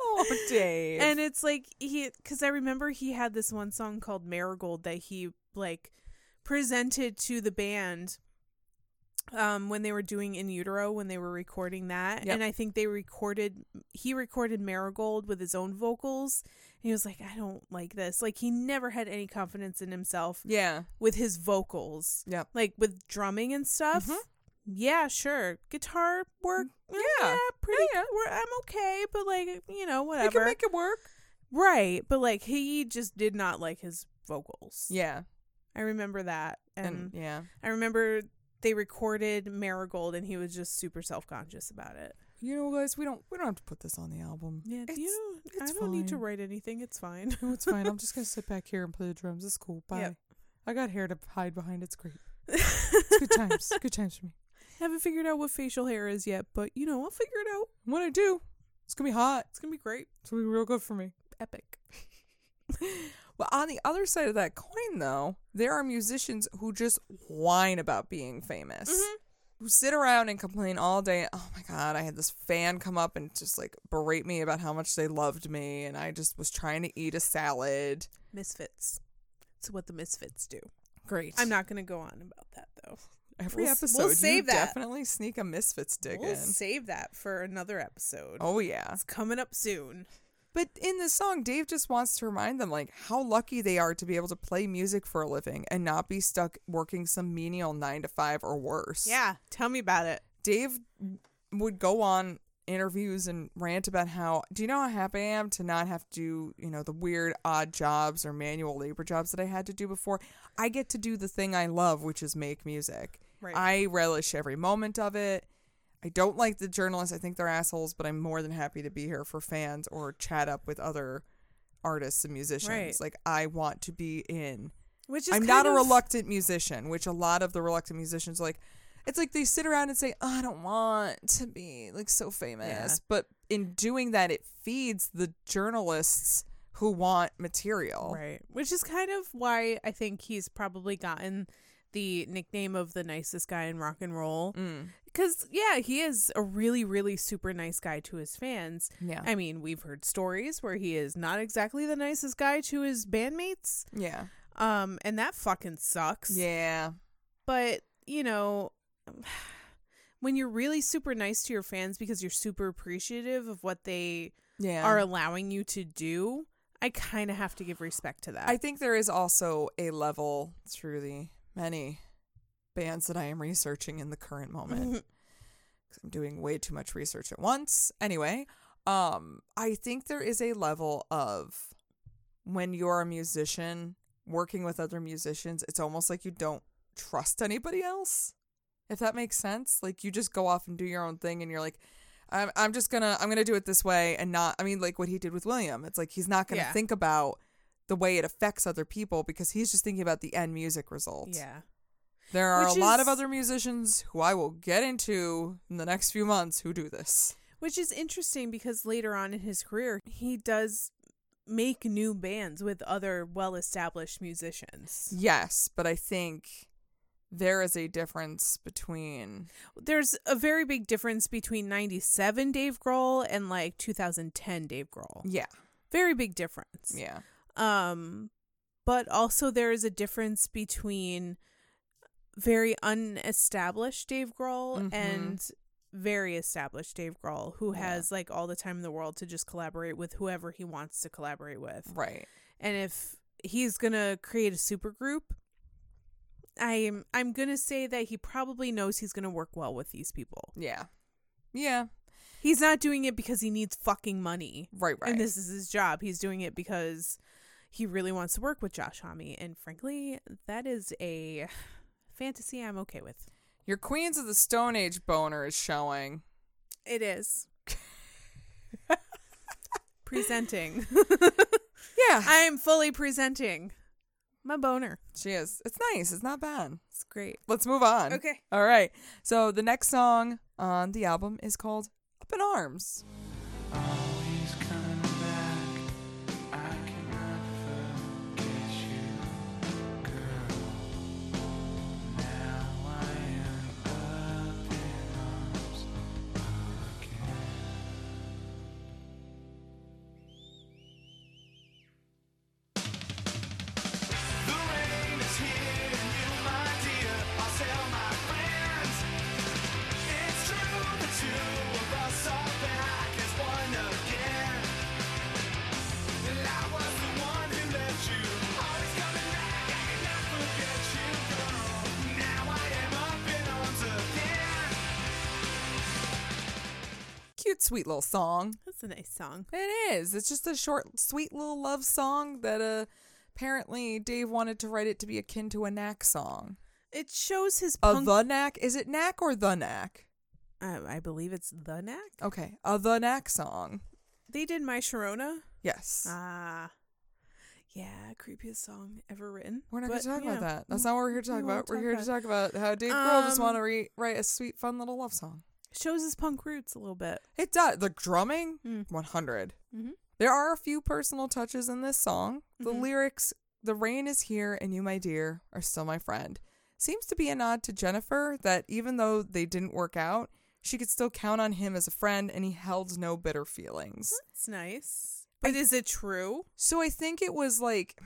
oh Dave,
and it's like he because i remember he had this one song called marigold that he like presented to the band um when they were doing in utero when they were recording that
Yep.
and i think they recorded he recorded marigold with his own vocals and he was like i don't like this like he never had any confidence in himself
yeah,
with his vocals
Yep.
like with drumming and stuff
Mhm.
yeah sure guitar work eh, yeah,
Yeah.
pretty we're- i'm okay but like you know
you
whatever
can make it work.
Right, but like he just did not like his vocals.
Yeah,
I remember that. And,
and yeah,
I remember they recorded Marigold and he was just super self-conscious about it.
you know, guys, we don't we don't have to put this on the album.
Yeah,
it's,
you know, I
it's
don't need to
fine.
write anything. It's fine.
no, it's fine. I'm just gonna sit back here and play the drums. It's cool. Bye.
Yep.
I got hair to hide behind. It's great. It's good times. good times for me.
Haven't figured out what facial hair is yet, but you know, I'll figure it out.
When I do, it's gonna be hot.
It's going to be great.
It's gonna be real good for me.
Epic.
Well, on the other side of that coin, though, there are musicians who just whine about being famous, who sit around and complain all day. Oh my God, I had this fan come up and just like berate me about how much they loved me, and I just was trying to eat a salad.
Misfits. It's what the misfits do.
Great.
I'm not going to go on about that though.
Every
we'll s-
episode,
we'll
you
save that.
definitely sneak a misfits dig
We'll
in.
save that for another episode.
oh yeah.
It's coming up soon.
But in this song, Dave just wants to remind them like how lucky they are to be able to play music for a living and not be stuck working some menial nine to five or worse.
Yeah, tell me about it.
Dave would go on interviews and rant about how do you know how happy I am to not have to do, you know, the weird odd jobs or manual labor jobs that I had to do before. I get to do the thing I love, which is make music.
Right.
I relish every moment of it. I don't like the journalists. I think they're assholes, but I'm more than happy to be here for fans or chat up with other artists and musicians.
Right.
Like I want to be in
Which is
I'm not
kind
a
of-
reluctant musician, which a lot of the reluctant musicians are like it's like they sit around and say, oh, "I don't want to be like so famous."
Yeah.
But in doing that, it feeds the journalists who want material.
Right. Which is kind of why I think he's probably gotten the nickname of the nicest guy in rock and roll.
Mm.
Because, yeah, he is a really, really super nice guy to his fans.
Yeah.
I mean, we've heard stories where he is not exactly the nicest guy to his bandmates.
Yeah.
Um, and that fucking sucks.
Yeah.
But, you know, when you're really super nice to your fans because you're super appreciative of what they
Yeah.
are allowing you to do, I kind of have to give respect to that.
I think there is also a level through the many bands that I am researching in the current moment. 'Cause I'm doing way too much research at once. Anyway, um, I think there is a level of when you're a musician working with other musicians, it's almost like you don't trust anybody else. If that makes sense, like you just go off and do your own thing, and you're like, I'm, I'm just gonna, I'm gonna do it this way, and not. I mean, like what he did with William. It's like he's not gonna
Yeah.
think about the way it affects other people because he's just thinking about the end music result.
Yeah.
There are
Which
a lot
is-
of other musicians who I will get into in the next few months who do this.
Which is interesting because later on in his career, he does make new bands with other well established musicians.
Yes, but I think there is a difference between
There's a very big difference between 97 Dave Grohl and like 2010 Dave Grohl.
yeah,
Very big difference.
yeah,
Um, but also there is a difference between very unestablished Dave Grohl
Mhm.
and very established Dave Grohl, who
Yeah.
has like all the time in the world to just collaborate with whoever he wants to collaborate with.
right.
and if he's gonna create a supergroup, I'm I'm gonna say that he probably knows he's gonna work well with these people.
Yeah. Yeah,
He's not doing it because he needs fucking money,
right, right.
and this is his job. He's doing it because he really wants to work with Josh Homme, and frankly, that is a fantasy I'm okay with.
Your Queens of the Stone Age boner is showing.
It is. presenting.
Yeah.
I'm fully presenting my boner.
she is. It's nice. It's not bad.
It's great.
Let's move on.
Okay.
All right. So the next song on the album is called Up in Arms.
Always coming back. I cannot forget you, girl. Now I am up in arms again. The rain is hitting you, my dear. I'll tell my friends. It's true, the two of us are back as one again. And I was the one who let you. Always coming back, I cannot forget you, girl. Now I am up in arms again.
Cute, sweet little song.
That's a nice song.
It is. It's just a short, sweet little love song that uh, apparently Dave wanted to write it to be akin to a knack song.
It shows his
A
punk.
the knack? Is it knack or the knack?
uh, I believe it's the knack.
Okay, a the knack song.
They did my Sharona.
Yes.
Ah, yeah, creepiest song ever written.
we're not going
But,
to talk
you
about
know,
that. That's not what we're here to
we
talk
won't
about. We're here to talk about how Dave Grohl just
Um,
want to re- write a sweet, fun little love song.
Shows his punk roots a little bit.
It does. The drumming,
Mm.
100.
Mhm.
There are a few personal touches in this song. The
Mhm.
lyrics, The rain is here and you, my dear, are still my friend, seems to be a nod to Jennifer that even though they didn't work out, she could still count on him as a friend and he held no bitter feelings.
It's nice. But
I-
is it true?
So I think it was like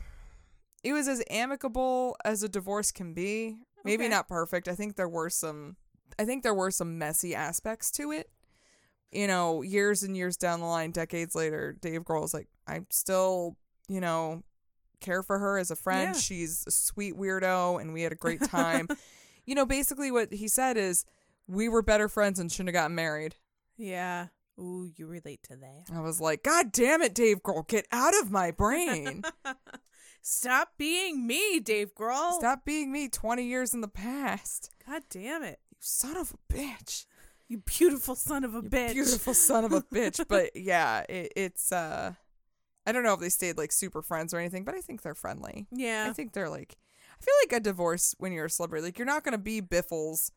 it was as amicable as a divorce can be. Maybe
Okay.
not perfect. I think there were some I think there were some messy aspects to it. You know, years and years down the line, decades later, Dave Grohl's like, I still, you know, care for her as a friend.
Yeah.
She's a sweet weirdo and we had a great time. you know, basically what he said is we were better friends and shouldn't have gotten married.
Yeah. Ooh, you relate to that.
I was like, God damn it, Dave Grohl, get out of my brain.
Stop being me, Dave Grohl.
Stop being me 20 years in the past.
God damn it.
You son of a bitch.
You beautiful son of a
You
bitch.
Beautiful son of a bitch. But yeah, it, it's, uh, I don't know if they stayed like super friends or anything, but I think they're friendly.
Yeah.
I think they're like, I feel like a divorce when you're a celebrity, like you're not going to be biffles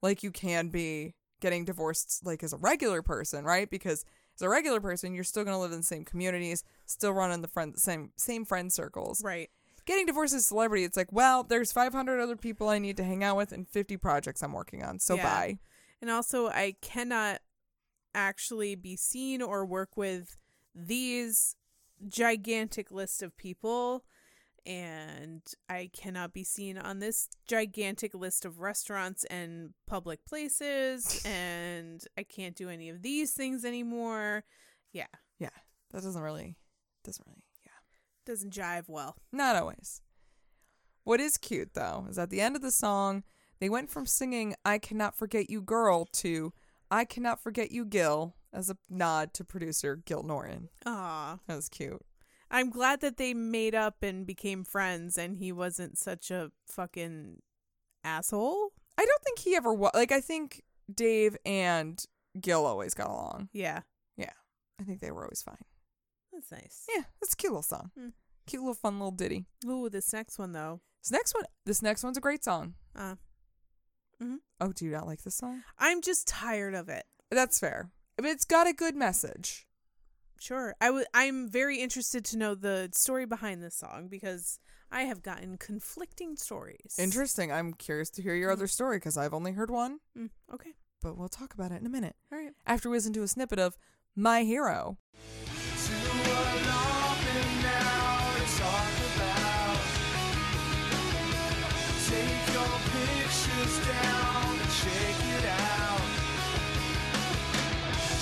like you can be getting divorced like as a regular person, right? Because as a regular person, you're still going to live in the same communities, still running the friend same same friend circles.
right.
Getting divorced as a celebrity, it's like, well, there's 500 other people I need to hang out with and 50 projects I'm working on. So
Yeah.
bye.
And also, I cannot actually be seen or work with these gigantic list of people. And I cannot be seen on this gigantic list of restaurants and public places. and I can't do any of these things anymore. Yeah.
That doesn't really doesn't really. Yeah.
Doesn't jive well.
Not always. What is cute though is at the end of the song, they went from singing "I cannot forget you, girl" to "I cannot forget you, Gil" as a nod to producer Gil Norton.
Aw.
That was cute.
I'm glad that they made up and became friends and he wasn't such a fucking asshole.
I don't think he ever was like. I think Dave and Gil always got along.
Yeah.
I think they were always fine.
That's nice.
Yeah, it's a cute little song.
Hmm.
Cute little fun little ditty.
Ooh, this next one though.
This next one, this next one's a great song.
Uh,
Oh, do you not like this song?
I'm just tired of it.
That's fair. But it's got a good message.
Sure. I w- I'm very interested to know the story behind this song because I have gotten conflicting stories.
Interesting. I'm curious to hear your other story because I've only heard one.
Mm, okay.
but we'll talk about it in a minute.
All right.
After we listen to a snippet of My Hero.
Too long and now it's all about Take your pictures down and shake it out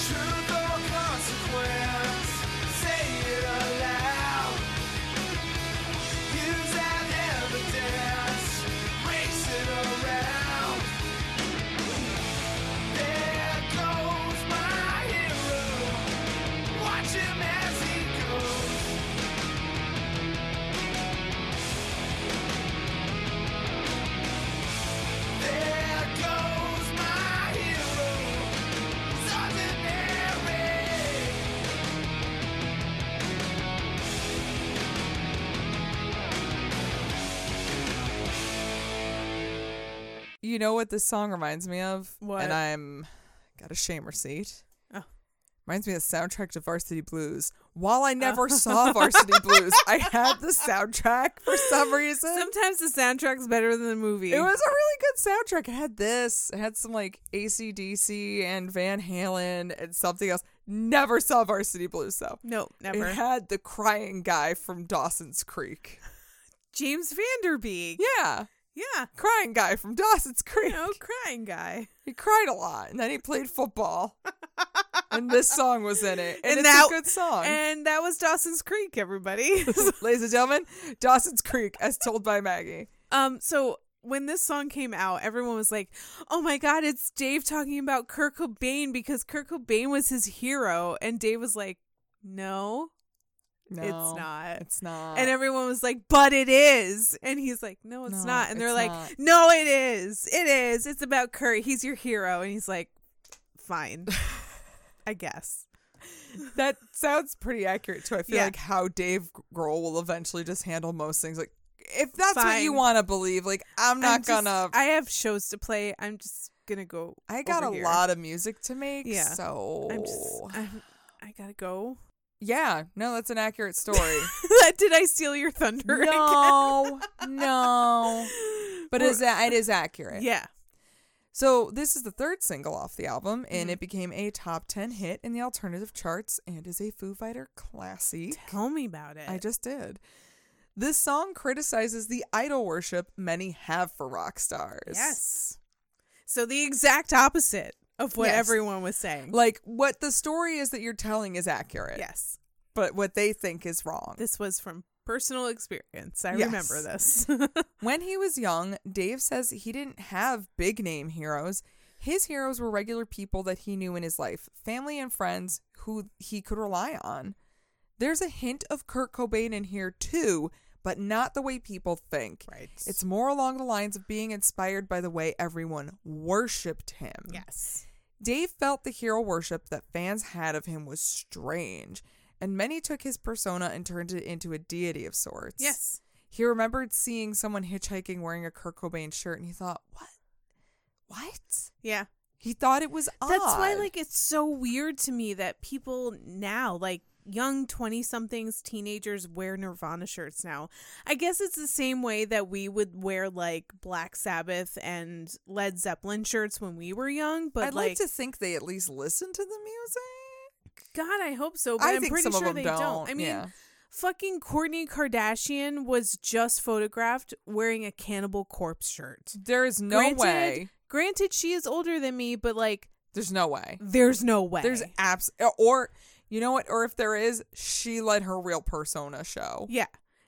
Truth or consequence, say it aloud Use that evidence, race it around There goes my hero Watch him as he goes. There goes my hero. He's ordinary.
You know what this song reminds me of?
What?
And I'm got a shame receipt.
Oh.
Reminds me of the soundtrack to Varsity Blues. While I never saw Varsity Blues, I had the soundtrack for some reason.
Sometimes the soundtrack's better than the movie.
it was a really good soundtrack. It had this. It had some like ACDC and Van Halen and something else. Never saw Varsity Blues though.
no, never.
It had the crying guy from Dawson's Creek.
James Vanderbeek.
Yeah.
Yeah.
crying guy from Dawson's Creek.
You know, crying guy.
He cried a lot, and then he played football. and this song was in it, and,
And
it's
that-
a good song.
And that was Dawson's Creek, everybody.
Ladies and gentlemen, Dawson's Creek, as told by Maggie.
Um, so when this song came out, everyone was like, "Oh my God, it's Dave talking about Kurt Cobain because Kurt Cobain was his hero," and Dave was like, "No,
No,
it's not."
It's not.
and everyone was like, "But it is," and he's like, "No, it's
No,
not," and they're
it's
like,
not.
"No, it is. It is. It's about Kurt. He's your hero," and he's like, "Fine, I guess."
that sounds pretty accurate too. I feel
Yeah.
like how Dave Grohl will eventually just handle most things. Like, if that's what you
Fine.
want to believe, like I'm not
I'm just-
gonna.
I have shows to play. I'm just gonna go.
I, got a
over here.
lot of music to make,
Yeah.
so
I'm just. I'm, I gotta go.
yeah. No, that's an accurate story.
Did I steal your thunder?
no, no.
again?
But
Or-
it's, it is accurate.
yeah,
So this is the third single off the album,
Mm-hmm.
and it became a top ten hit in the alternative charts, and is a Foo Fighter classic.
tell me about it.
I just did. This song criticizes the idol worship many have for rock stars.
yes. So the exact opposite of what
Yes.
everyone was saying.
Like what the story is that you're telling is accurate,
yes,
but what they think is wrong.
this was from personal experience. I
Yes.
remember this.
When he was young, Dave says he didn't have big name heroes. His heroes were regular people that he knew in his life, family and friends who he could rely on. There's a hint of Kurt Cobain in here too, but not the way people think.
Right.
It's more along the lines of being inspired by the way everyone worshipped him.
yes.
Dave felt the hero worship that fans had of him was strange, and many took his persona and turned it into a deity of sorts.
Yes.
He remembered seeing someone hitchhiking wearing a Kurt Cobain shirt, and he thought, what? What?
Yeah.
He thought it was odd.
That's why like it's so weird to me that people now like young 20 somethings teenagers wear Nirvana shirts now. I guess it's the same way that we would wear like Black Sabbath and Led Zeppelin shirts when we were young, but
I'd like, to think they at least listen to the music.
God, I hope so, but
I
am
think
pretty
some of
sure
them
they don't.
don't,
I mean,
yeah.
fucking Courtney Kardashian was just photographed wearing a Cannibal Corpse shirt.
There is no
Granted-
way.
Granted, she is older than me, but like,
There's no way.
there's no way.
There's abs or you know what? Or if there is, she let her real persona show.
Yeah.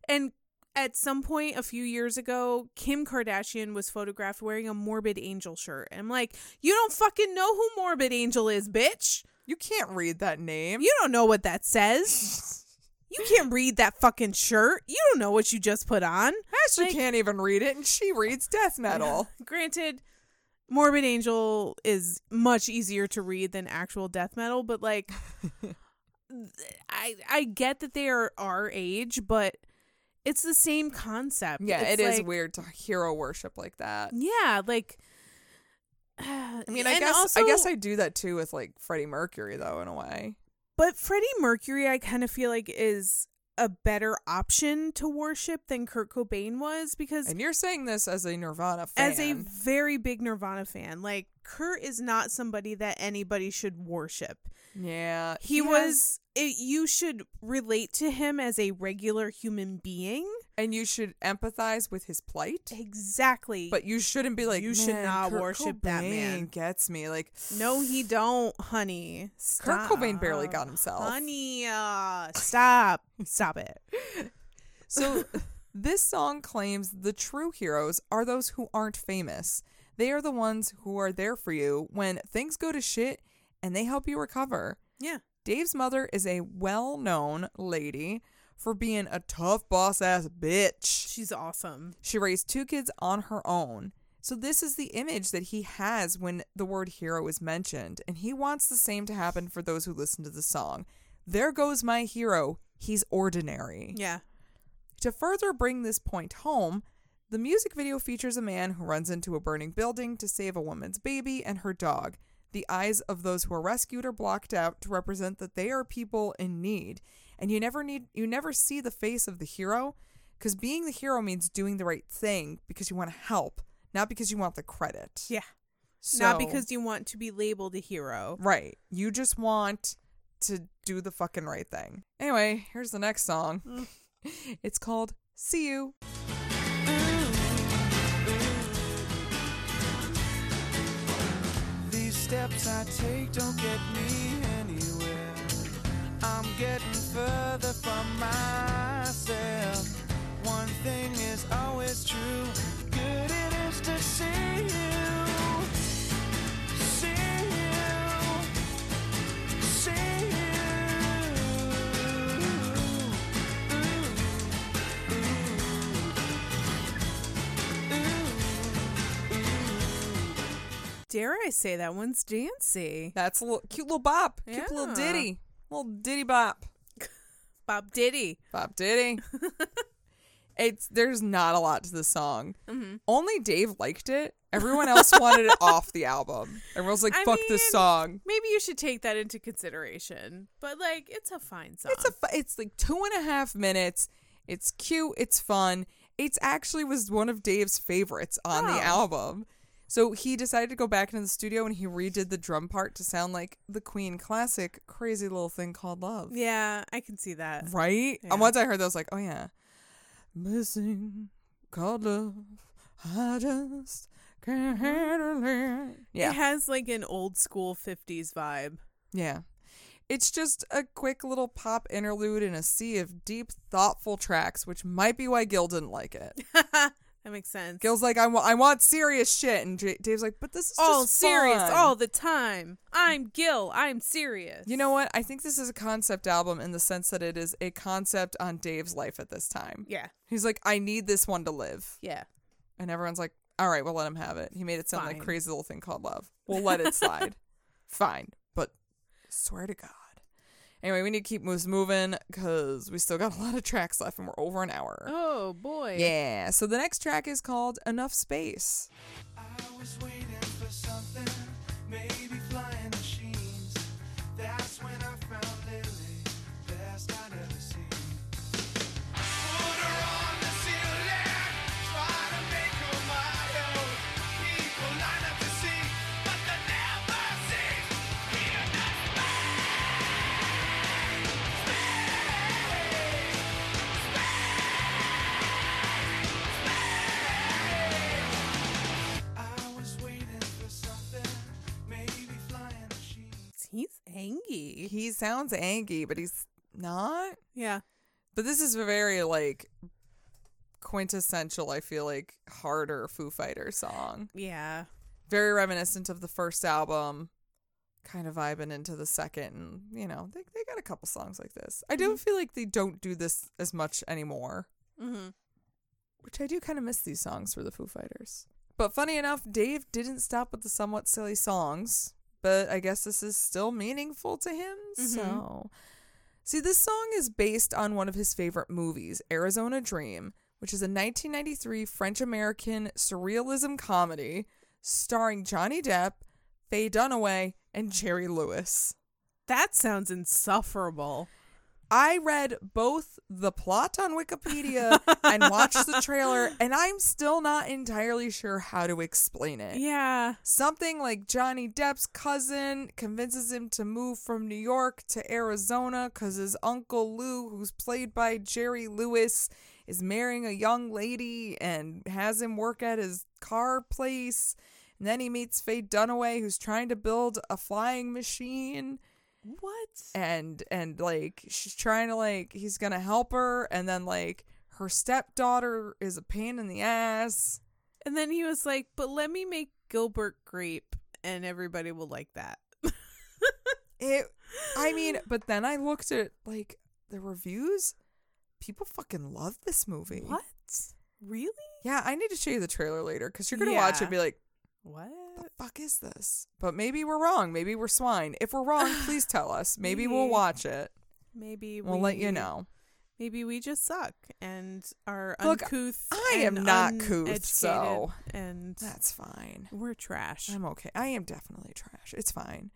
And at some point a few years ago, Kim Kardashian was photographed wearing a Morbid Angel shirt. And I'm like, you don't fucking know who Morbid Angel is, bitch.
You can't read that name.
You don't know what that says. You can't read that fucking shirt. You don't know what you just put on.
She
Like-
can't even read it, and she reads death metal.
Granted, Morbid Angel is much easier to read than actual death metal, but like I I get that they are our age, but it's the same concept.
Yeah, it
it's
is
like-
weird to hero worship like that.
Yeah, like
I mean, I guess I guess I do that too with like Freddie Mercury though, in a way.
but Freddie Mercury I kind of feel like is a better option to worship than Kurt Cobain was because
And you're saying this as a Nirvana fan.
as a very big Nirvana fan, like Kurt is not somebody that anybody should worship.
yeah,
He,
has-
was it, you should relate to him as a regular human being.
and you should empathize with his plight,
Exactly.
but you shouldn't be like
You should
"Man,
not
Kurt
worship that
Cobain
man."
Gets me like
no, he don't, honey.
Kurt
Stop.
Cobain barely got himself.
Honey, uh, stop. stop it.
So this song claims the true heroes are those who aren't famous. They are the ones who are there for you when things go to shit and they help you recover.
Yeah.
Dave's mother is a well known lady for being a tough boss ass bitch.
She's awesome.
She raised two kids on her own. So, this is the image that he has when the word hero is mentioned, and he wants the same to happen for those who listen to the song. There goes my hero. He's ordinary.
Yeah.
To further bring this point home, the music video features a man who runs into a burning building to save a woman's baby and her dog. The eyes of those who are rescued are blocked out to represent that they are people in need. And you never need you never see the face of the hero because being the hero means doing the right thing because you want to help, not because you want the credit.
Yeah.
So,
Not because you want to be labeled a hero.
right, you just want to do the fucking right thing. Anyway, here's the next
Mm.
song. it's called "See You."
These steps I take don't get me anywhere. I'm getting further from myself. One thing is always true. Good it is to see you. See you. See you. Ooh. Ooh. Ooh. Ooh.
Dare I say that one's dancy?
That's a little, cute little bop. Cute little
Yeah.
ditty. Little ditty bop.
Bob Diddy.
Bop ditty. it's there's not a lot to the song.
Mm-hmm.
Only Dave liked it. Everyone else wanted it off the album. Everyone's like,
I
"Fuck this
mean,
song."
Maybe you should take that into consideration. But like, it's a fine song.
It's a fu- it's like two and a half minutes. It's cute. It's fun. It's actually was one of Dave's favorites on
Oh.
the album. So he decided to go back into the studio and he redid the drum part to sound like the Queen classic "Crazy Little Thing Called Love."
yeah, I can see that.
Right?
Yeah.
And once I heard that, I was like, oh yeah. Missing called love. I just can't handle it.
It
Yeah.
has like an old school 50s vibe.
Yeah. It's just a quick little pop interlude in a sea of deep, thoughtful tracks, which might be why Gil didn't like it.
That makes sense.
Gil's like, I, wa- I want serious shit. And J- Dave's like, but this is
all
just
serious
fun."
all the time. I'm Gil. I'm serious.
You know what? I think this is a concept album in the sense that it is a concept on Dave's life at this time.
Yeah.
He's like, I need this one to live.
Yeah.
And everyone's like, all right, we'll let him have it. He made it sound like
Fine.
crazy little thing called love. We'll let it slide. Fine. But swear to God. Anyway, we need to keep moves moving because we still got a lot of tracks left and we're over an hour.
Oh boy.
Yeah. So the next track is called Enough Space.
I was waiting for something, maybe flying machines. That's when I found Lily, best I'd ever seen. Put her on the ceiling, try to make her my own. People line up to see, but they never see. Hear that I was waiting for something, maybe flying machines.
He's angry.
He sounds angry, but he's not.
Yeah.
But this is a very like quintessential, I feel like, harder Foo Fighter song.
Yeah.
Very reminiscent of the first album, kind of vibing into the second and you know, they they got a couple songs like this. I do feel like they don't do this as much anymore.
Mm-hmm.
Which I do kind of miss these songs for the Foo Fighters. But funny enough, Dave didn't stop with the somewhat silly songs, but I guess this is still meaningful to him. So, see, this song is based on one of his favorite movies, Arizona Dream, which is a 1993 French American surrealism comedy starring Johnny Depp, Faye Dunaway, and Jerry Lewis.
That sounds insufferable.
I read both the plot on Wikipedia and watched the trailer, and I'm still not entirely sure how to explain it.
Yeah.
Something like Johnny Depp's cousin convinces him to move from New York to Arizona because his uncle Lou, who's played by Jerry Lewis, is marrying a young lady and has him work at his car place. And then he meets Faye Dunaway, who's trying to build a flying machine
What?
and and like she's trying to like he's gonna help her and then like her stepdaughter is a pain in the ass
And then he was like, "But let me make Gilbert grape, and everybody will like that."
it i mean but then i looked at like the reviews people fucking love this movie
What? Really?
yeah i need to show you the trailer later because you're gonna watch it
Yeah.
and be like
What?
the fuck is this but maybe we're wrong maybe we're swine if we're wrong please tell us maybe we'll
Maybe.
watch it
Maybe
we'll let you know
Maybe we just suck and are
Look,
uncouth.
I
and
am not couth,
uneducated
so-
and
that's fine
we're trash.
I'm okay. I am definitely trash. It's fine.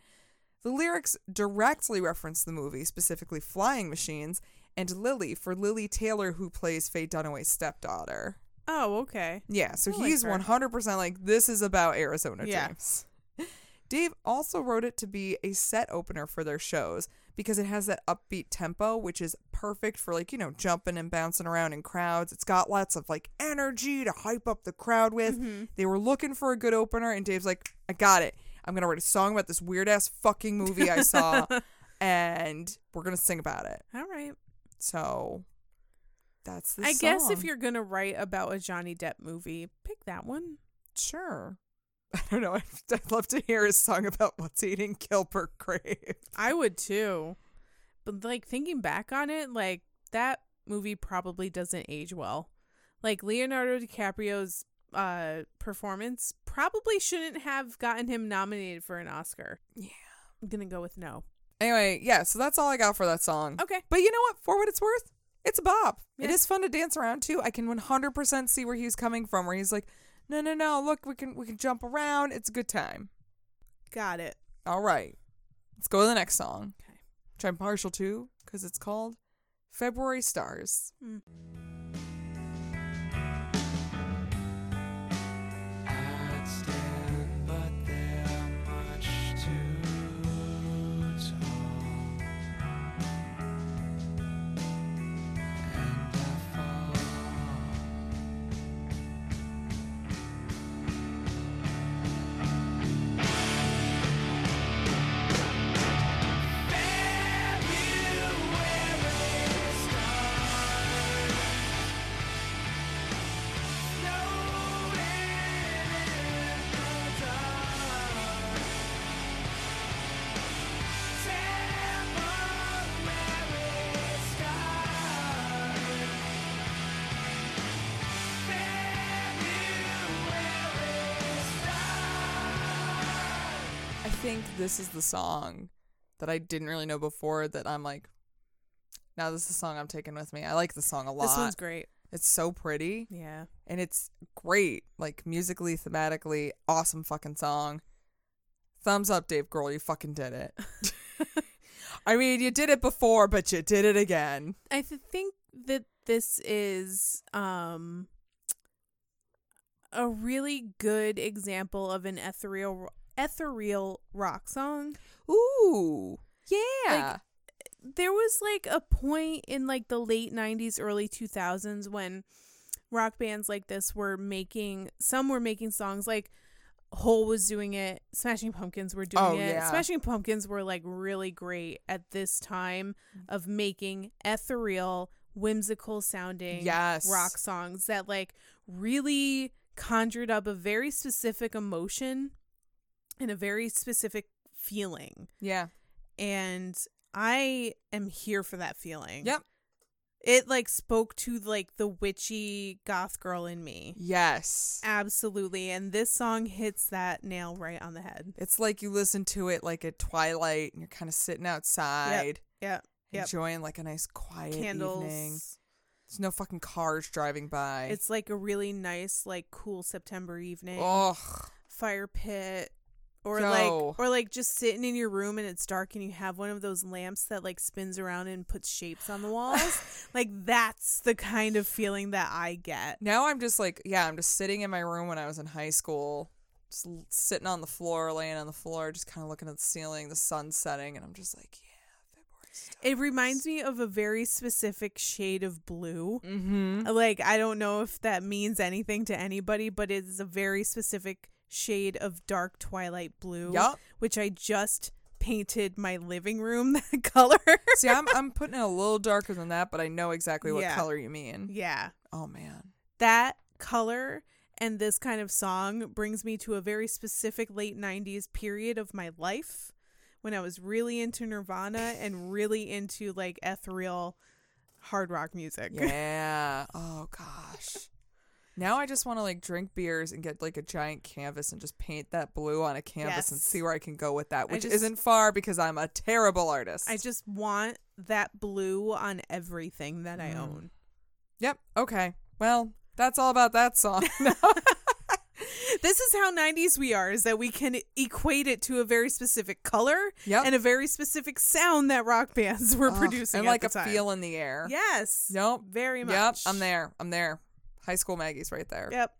The lyrics directly reference the movie, specifically Flying Machines, and Lily for Lily Taylor, who plays Faye Dunaway's stepdaughter.
oh, okay.
Yeah, so
I like
he's
her.
100% like, this is about Arizona
Yeah.
Dreams. Dave also wrote it to be a set opener for their shows because it has that upbeat tempo, which is perfect for like, you know, jumping and bouncing around in crowds. It's got lots of like energy to hype up the crowd with.
Mm-hmm.
They were looking for a good opener, and Dave's like, I got it. I'm going to write a song about this weird ass fucking movie I saw, and we're going to sing about it.
All right.
So that's the
I guess if
song.
you're gonna write about a Johnny Depp movie, pick that one.
Sure. I don't know. I'd, I'd love to hear a song about what's eating Gilbert Grape.
I would too. But like thinking back on it, like that movie probably doesn't age well. Like Leonardo DiCaprio's uh performance probably shouldn't have gotten him nominated for an Oscar.
Yeah.
I'm gonna go with no.
Anyway, yeah, so that's all I got for that song.
Okay.
But you know what? For what it's worth, it's a bop. It
Oh. Yeah.
is fun to dance around too. I can 100% see where he's coming from where he's like, "No, no, no, look, we can we can jump around. It's a good time."
Got it.
All right. Let's go to the next song.
Okay.
Which I'm partial to cuz it's called February Stars.
I'd stand, but they're much too tall. And I fall. February stars.
think this is the song that I didn't really know before that I'm like, now this is the song I'm taking with me. I like the song a lot.
This one's great.
it's so pretty
Yeah.
and it's great. Like musically, thematically, awesome fucking song. Thumbs up, Dave Grohl. You fucking did it. I mean, you did it before, but you did it again.
I th- think that this is um a really good example of an ethereal ethereal rock song.
Ooh, yeah.
There was like a point in like the late 90s early 2000s when rock bands like this were making some were making songs like Hole was doing it, Smashing Pumpkins were doing
Oh,
it.
yeah.
Smashing Pumpkins were like really great at this time of making ethereal, whimsical sounding
yes.
rock songs that like really conjured up a very specific emotion and a very specific feeling.
Yeah.
And I am here for that feeling.
Yep.
It like spoke to like the witchy goth girl in me.
Yes.
Absolutely. And this song hits that nail right on the head.
It's like you listen to it like at twilight, and you're kind of sitting outside,
Yeah. yep.
enjoying like a nice quiet
Candles.
evening. There's no fucking cars driving by.
It's like a really nice, like cool September evening.
oh,
fire pit or
No.
like or like just sitting in your room and it's dark and you have one of those lamps that like spins around and puts shapes on the walls like that's the kind of feeling that i get
now I'm just like, yeah, I'm just sitting in my room when I was in high school, just l- sitting on the floor, laying on the floor, just kind of looking at the ceiling, the sun setting, and I'm just like, yeah, February's
it reminds me of a very specific shade of blue
done. Mm-hmm.
like i don't know if that means anything to anybody but it's a very specific shade of dark twilight blue
Yup.
which i just painted my living room that color
See, I'm I'm putting it a little darker than that, but I know exactly what
Yeah.
color you mean.
yeah
Oh man,
that color and this kind of song brings me to a very specific late 90s period of my life when I was really into Nirvana and really into like ethereal hard rock music.
yeah. oh gosh. Now I just want to like drink beers and get like a giant canvas and just paint that blue on a canvas and
Yes.
see where I can go with that,
I
which
just-
isn't far because I'm a terrible artist.
I just want that blue on everything that I
Mm.
own.
Yep. Okay. Well, that's all about that song.
Oh, This is how 90s we are is that we can equate it to a very specific color
Yep.
and a very specific sound that rock bands were
Ugh,
producing
and
at
like
the
a
time.
feel in the air.
Yes.
Nope.
Very much.
Yep. I'm there. I'm there. High school Maggie's right there.
Yep.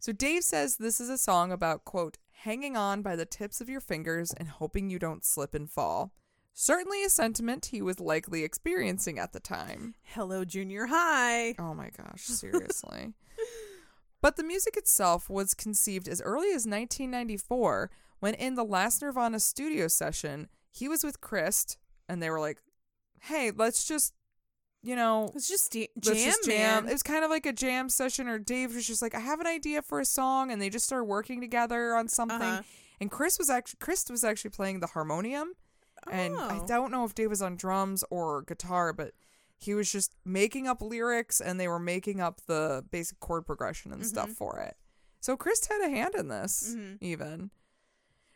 So Dave says this is a song about quote hanging on by the tips of your fingers and hoping you don't slip and fall. Certainly a sentiment he was likely experiencing at the time.
Hello junior high.
Oh my gosh, seriously. but the music itself was conceived as early as 1994 when, in the last Nirvana studio session, he was with Christ and they were like, hey, let's just, you know,
It's just da- jam,
let's just jam.
man.
It was kind of like a jam session, or Dave was just like, I have an idea for a song. And they just started working together on something.
Uh-huh.
And Chris was actually Chris was actually playing the harmonium, and I
Oh.
don't know if Dave was on drums or guitar, but he was just making up lyrics, and they were making up the basic chord progression and stuff
Mm-hmm.
for it. So Chris had a hand in this,
Mhm.
even.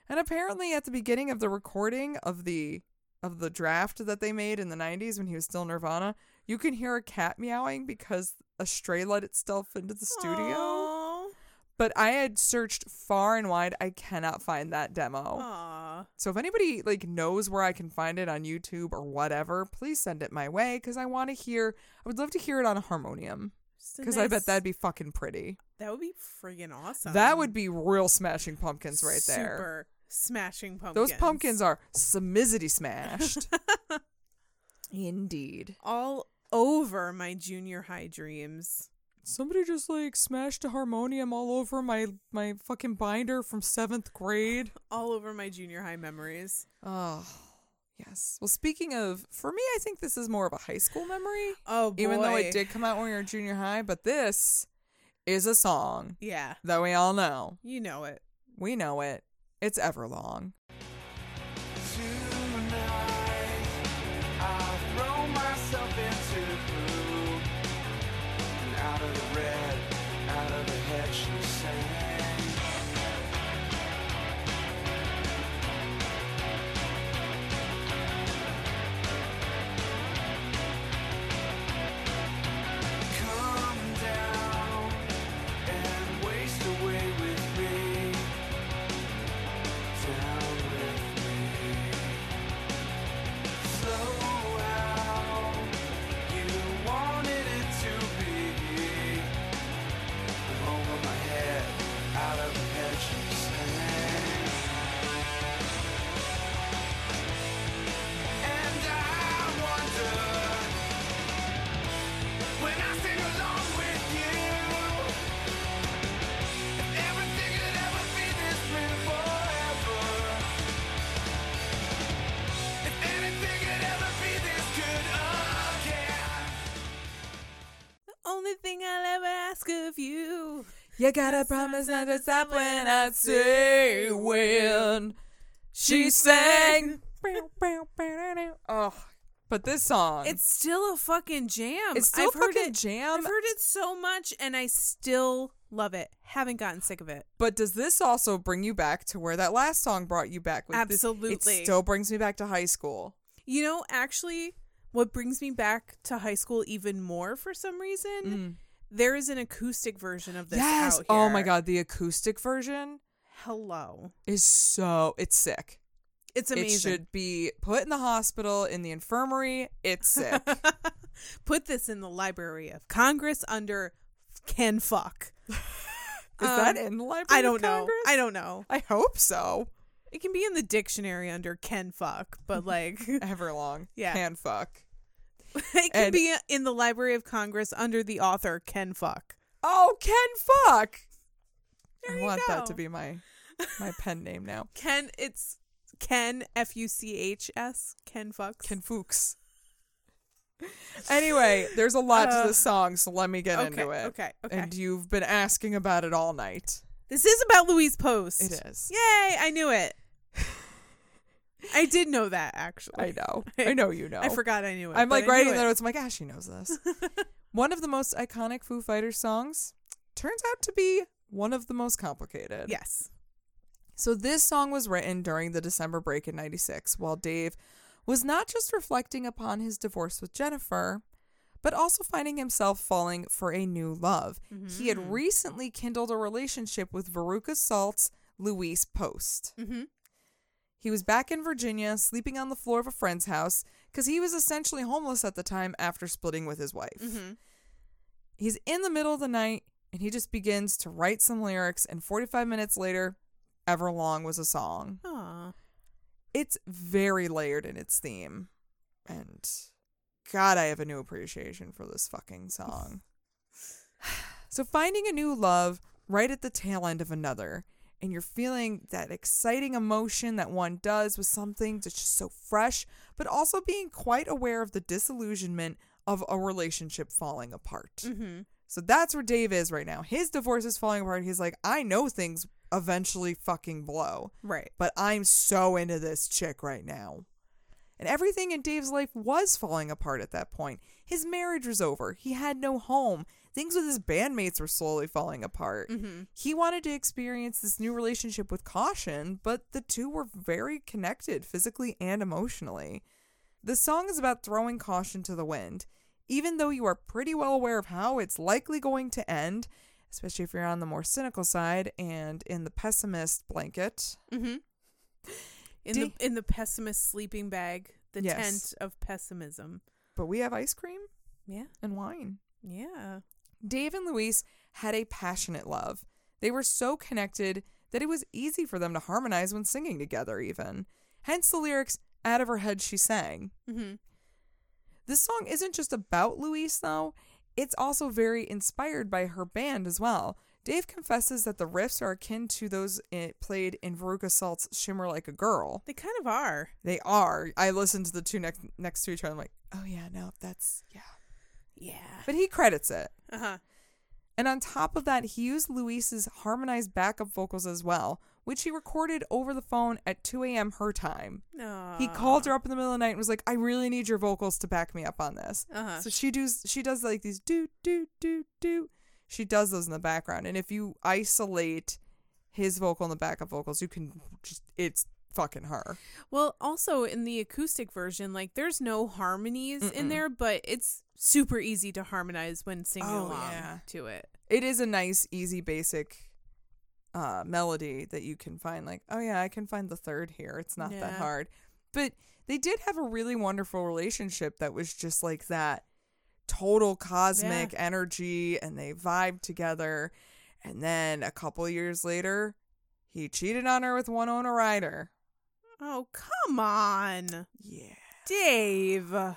And apparently, at the beginning of the recording of the of the draft that they made in the '90s when he was still Nirvana, you can hear a cat meowing because a stray let itself into the studio.
Aw.
But I had searched far and wide; I cannot find that demo.
Aw.
So if anybody like knows where I can find it on YouTube or whatever, please send it my way because I want to hear. I would love to hear it on a harmonium
Just a
because I bet
nice-
that'd be fucking pretty.
that would be friggin' awesome.
that would be real smashing pumpkins right there.
Super smashing pumpkins.
Those pumpkins are smizity smashed. Indeed.
all over my junior high dreams.
Somebody just like smashed a harmonium all over my my fucking binder from seventh grade.
All over my junior high memories.
Oh, yes. Well, speaking of, for me, I think this is more of a high school memory.
Oh boy.
even though it did come out when we were junior high. But this is a song
Yeah.
that we all know.
You know it.
We know it. It's Everlong.
Tonight, I'll throw myself into the blue and out of the red, out of the head she sang.
You gotta promise not to stop when I say when she sang. oh, but this song,
It's still a fucking jam.
it's still
I've heard
fucking
it,
jam.
I've heard it so much, and I still love it. Haven't gotten sick of it.
But does this also bring you back to where that last song brought you back? Like this-
Absolutely.
it still brings me back to high school.
You know, actually, what brings me back to high school even more for some reason, there is an acoustic version of this.
Mm. yes.
out
Oh my
here.
god, the acoustic version
Hello.
is so it's sick.
It's amazing.
It should be put in the hospital in the infirmary. It's sick.
Put this in the Library of Congress under can fuck.
Is that in the Library
I
of
don't know.
Congress?
I don't know.
I hope so.
It can be in the dictionary under can fuck, but like it
Everlong.
Yeah.
Can fuck.
can
And-
be in the Library of Congress under the author can fuck.
Oh, Ken fuck.
There
I
you
want that
go.
to be my my pen name now.
Ken, it's Ken F U C H S. Ken fucks.
Ken Fuchs. Anyway, there's a lot
Uh,
to this song, so let me get
okay,
into it.
okay, okay.
And you've been asking about it all night.
this is about Louise Post.
It is.
Yay! I knew it. I did know that actually.
I know. I know you know.
I forgot I knew it.
I'm
but
like
I
writing
knew
the
it.
notes. I'm like, ah, she knows this. one of the most iconic Foo Fighters songs turns out to be one of the most complicated.
Yes.
So this song was written during the December break in 96 while Dave was not just reflecting upon his divorce with Jennifer, but also finding himself falling for a new love. He had recently kindled a relationship with Veruca Salt's Luis Post.
Mhm.
He was back in Virginia, sleeping on the floor of a friend's house because he was essentially homeless at the time after splitting with his wife. He's in the middle of the night and he just begins to write some lyrics, and 45 minutes later, Everlong was a song.
Aw.
It's very layered in its theme. And God, I have a new appreciation for this fucking song. so, finding a new love right at the tail end of another, and you're feeling that exciting emotion that one does with something that's just so fresh, but also being quite aware of the disillusionment of a relationship falling apart. So that's where Dave is right now. His divorce is falling apart. He's like, I know things eventually fucking blow
Right.
but I'm so into this chick right now. And everything in Dave's life was falling apart at that point. His marriage was over. He had no home. Things with his bandmates were slowly falling apart. He wanted to experience this new relationship with caution, but the two were very connected physically and emotionally. The song is about throwing caution to the wind. Even though you are pretty well aware of how it's likely going to end, especially if you're on the more cynical side and in the pessimist blanket,
Mm-hmm. In
Do-
the in the pessimist sleeping bag, the
Yes.
tent of pessimism.
but we have ice cream
Yeah.
and wine.
Yeah.
Dave and Luis had a passionate love. They were so connected that it was easy for them to harmonize when singing together, even. Hence the lyrics, Out of Her Head She Sang.
Mm-hmm.
This song isn't just about Luis, though, it's also very inspired by her band as well. Dave confesses that the riffs are akin to those it played in Veruca Salt's Shimmer Like a Girl.
They kind of are.
They are. I listened to the two next next to each other. I'm like, oh yeah, no, that's yeah.
Yeah.
But he credits it.
Uh huh.
And on top of that, he used Luis's harmonized backup vocals as well, which he recorded over the phone at 2 a.m. her time.
No.
He called her up in the middle of the night and was like, "I really need your vocals to back me up on this."
Uh-huh.
So she does she does like these do do do do. She does those in the background, and if you isolate his vocal and the backup vocals, you can just it's fucking her.
Well, also in the acoustic version, like there's no harmonies in there, but it's super easy to harmonize when singing
Oh,
along
yeah.
to it.
It is a nice, easy, basic uh, melody that you can find. Like, oh yeah, I can find the third here. It's not that
Yeah.
hard. But they did have a really wonderful relationship that was just like that total cosmic energy, and they vibed together. And then a couple years later, he cheated on her with one owner rider.
Oh, come on,
Yeah.
Dave. I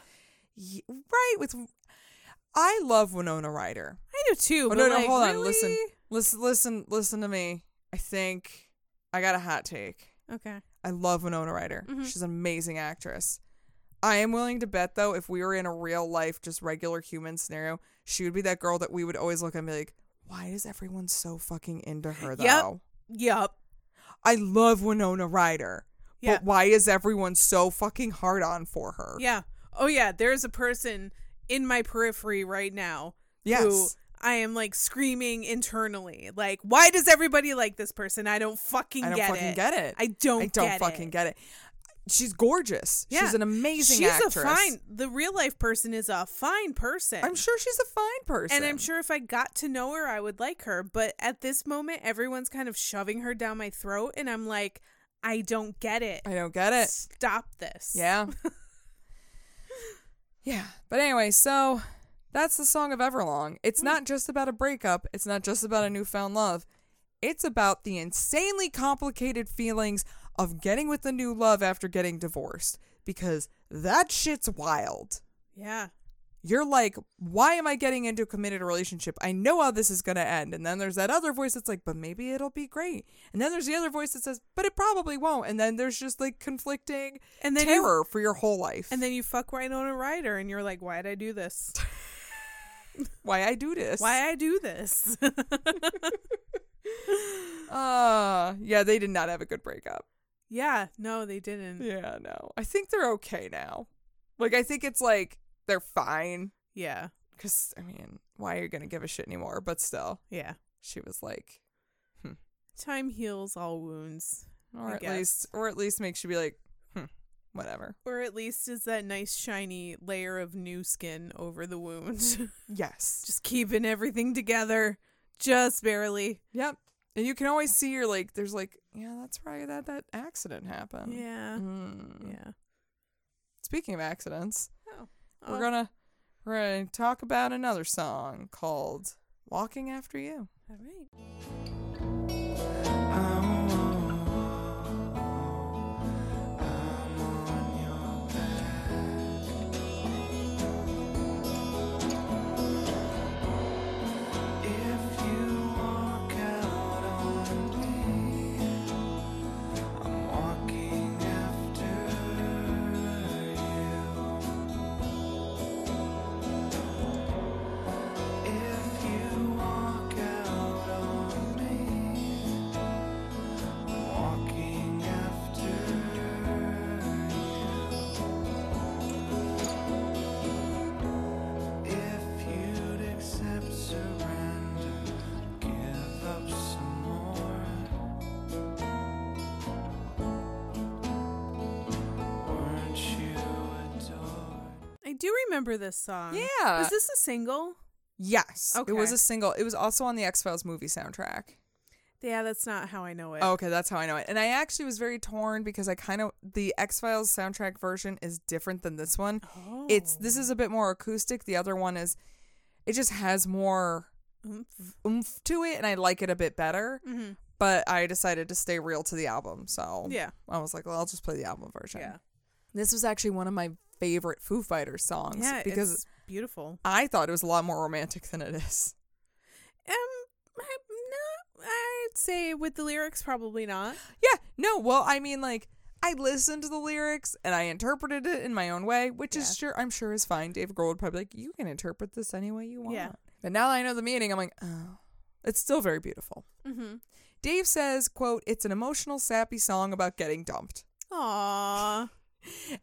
Ye- right with. I love Winona Ryder.
do too.
Oh,
but
no, no,
like,
hold on.
really?
Listen, listen, listen, listen to me. I think I got a hot take.
Okay.
I love Winona Ryder.
Mm-hmm.
She's an amazing actress. I am willing to bet, though, if we were in a real life, just regular human scenario, she would be that girl that we would always look at and be like, Why is everyone so fucking into her though?
Yep. Yup.
I love Winona Ryder.
Yeah.
But why is everyone so fucking hard on for her?
Yeah. Oh yeah, there's a person in my periphery right now
Yes.
who I am like screaming internally. Like, why does everybody like this person? I don't fucking
I don't
get
fucking
it.
get it.
I don't
I don't
get
fucking
it.
get it. She's gorgeous.
Yeah.
She's an amazing
She's
actress.
a fine the real life person is a fine person.
I'm sure she's a fine person.
And I'm sure if I got to know her, I would like her. But at this moment, everyone's kind of shoving her down my throat, and I'm like, I don't get it.
I don't get it.
Stop this.
Yeah. yeah. But anyway, so that's the song of Everlong.
Mm.
It's not just about a breakup, it's not just about a newfound love. It's about the insanely complicated feelings of getting with a new love after getting divorced because that shit's wild.
Yeah.
You're like, why am I getting into a committed relationship? I know how this is going to end. And then there's that other voice that's like, but maybe it'll be great. And then there's the other voice that says, but it probably won't. And then there's just like conflicting
And then you-
terror for your whole life.
and then you fuck right on a rider, and you're like, why'd I do this?
why I do this.
Why I do this?
Uh, yeah, they did not have a good breakup.
yeah. No, they didn't.
Yeah, no. I think they're okay now. Like, I think it's like they're fine.
Yeah.
Because, I mean, why are you going to give a shit anymore? But still,
Yeah.
she was like,
Time heals all wounds.
or
I
at
guess.
least, or at least makes you be like, hmm, whatever.
Or at least is that nice shiny layer of new skin over the wound.
Yes.
Just keeping everything together. Just barely.
Yep. And you can always see you're like, there's like, yeah, that's probably that that accident happened.
Yeah.
Mm.
Yeah.
Speaking of accidents,
Oh.
we're
Oh.
gonna we're gonna talk about another song called "Walking After You."
All right. I do remember this song.
Yeah.
Was this a single?
Yes. It was
Okay.
a single. It was also on the X Files movie soundtrack.
Yeah, that's not how I know it.
Okay, that's how I know it. And I actually was very torn because I kind of the X Files soundtrack version is different than this one.
Oh.
It's this is a bit more acoustic. The other one is it just has more
Oomph.
oomph to it, and I like it a bit better.
Mhm.
But I decided to stay real to the album, so
Yeah.
I was like, well, I'll just play the album version.
Yeah.
This was actually one of my favorite Foo Fighters songs
Yeah,
because
it's beautiful.
I thought it was a lot more romantic than it is.
Um I'm not I'd say with the lyrics probably not.
Yeah, no, well, I mean, like, I listened to the lyrics and I interpreted it in my own way, which
Yeah.
is sure, I'm sure is fine. Dave Grohl would probably be like, you can interpret this any way you want.
Yeah.
But now that I know the meaning, I'm like, oh, it's still very beautiful.
Mhm.
Dave says, quote, it's an emotional, sappy song about getting dumped.
Aw.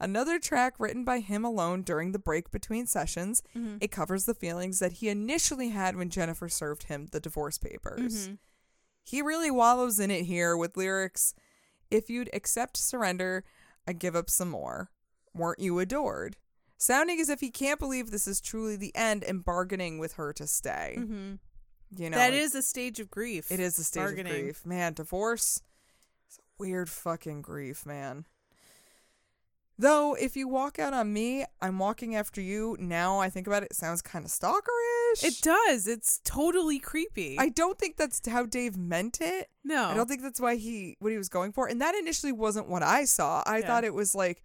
Another track written by him alone during the break between sessions.
Mm-hmm.
It covers the feelings that he initially had when Jennifer served him the divorce papers.
Mm-hmm.
He really wallows in it here with lyrics If you'd accept surrender, I give up some more. Weren't you adored? Sounding as if he can't believe this is truly the end and bargaining with her to stay.
Mhm.
You know,
That
like,
is a stage of grief.
it is a stage of
bargaining.
grief. Man, divorce it's a weird fucking grief, man. Though if you walk out on me, I'm walking after you. Now I think about it, it sounds kind of stalkerish.
It does. It's totally creepy.
I don't think that's how Dave meant it.
no.
I don't think that's why he what he was going for. And that initially wasn't what I saw. I
Yeah.
thought it was like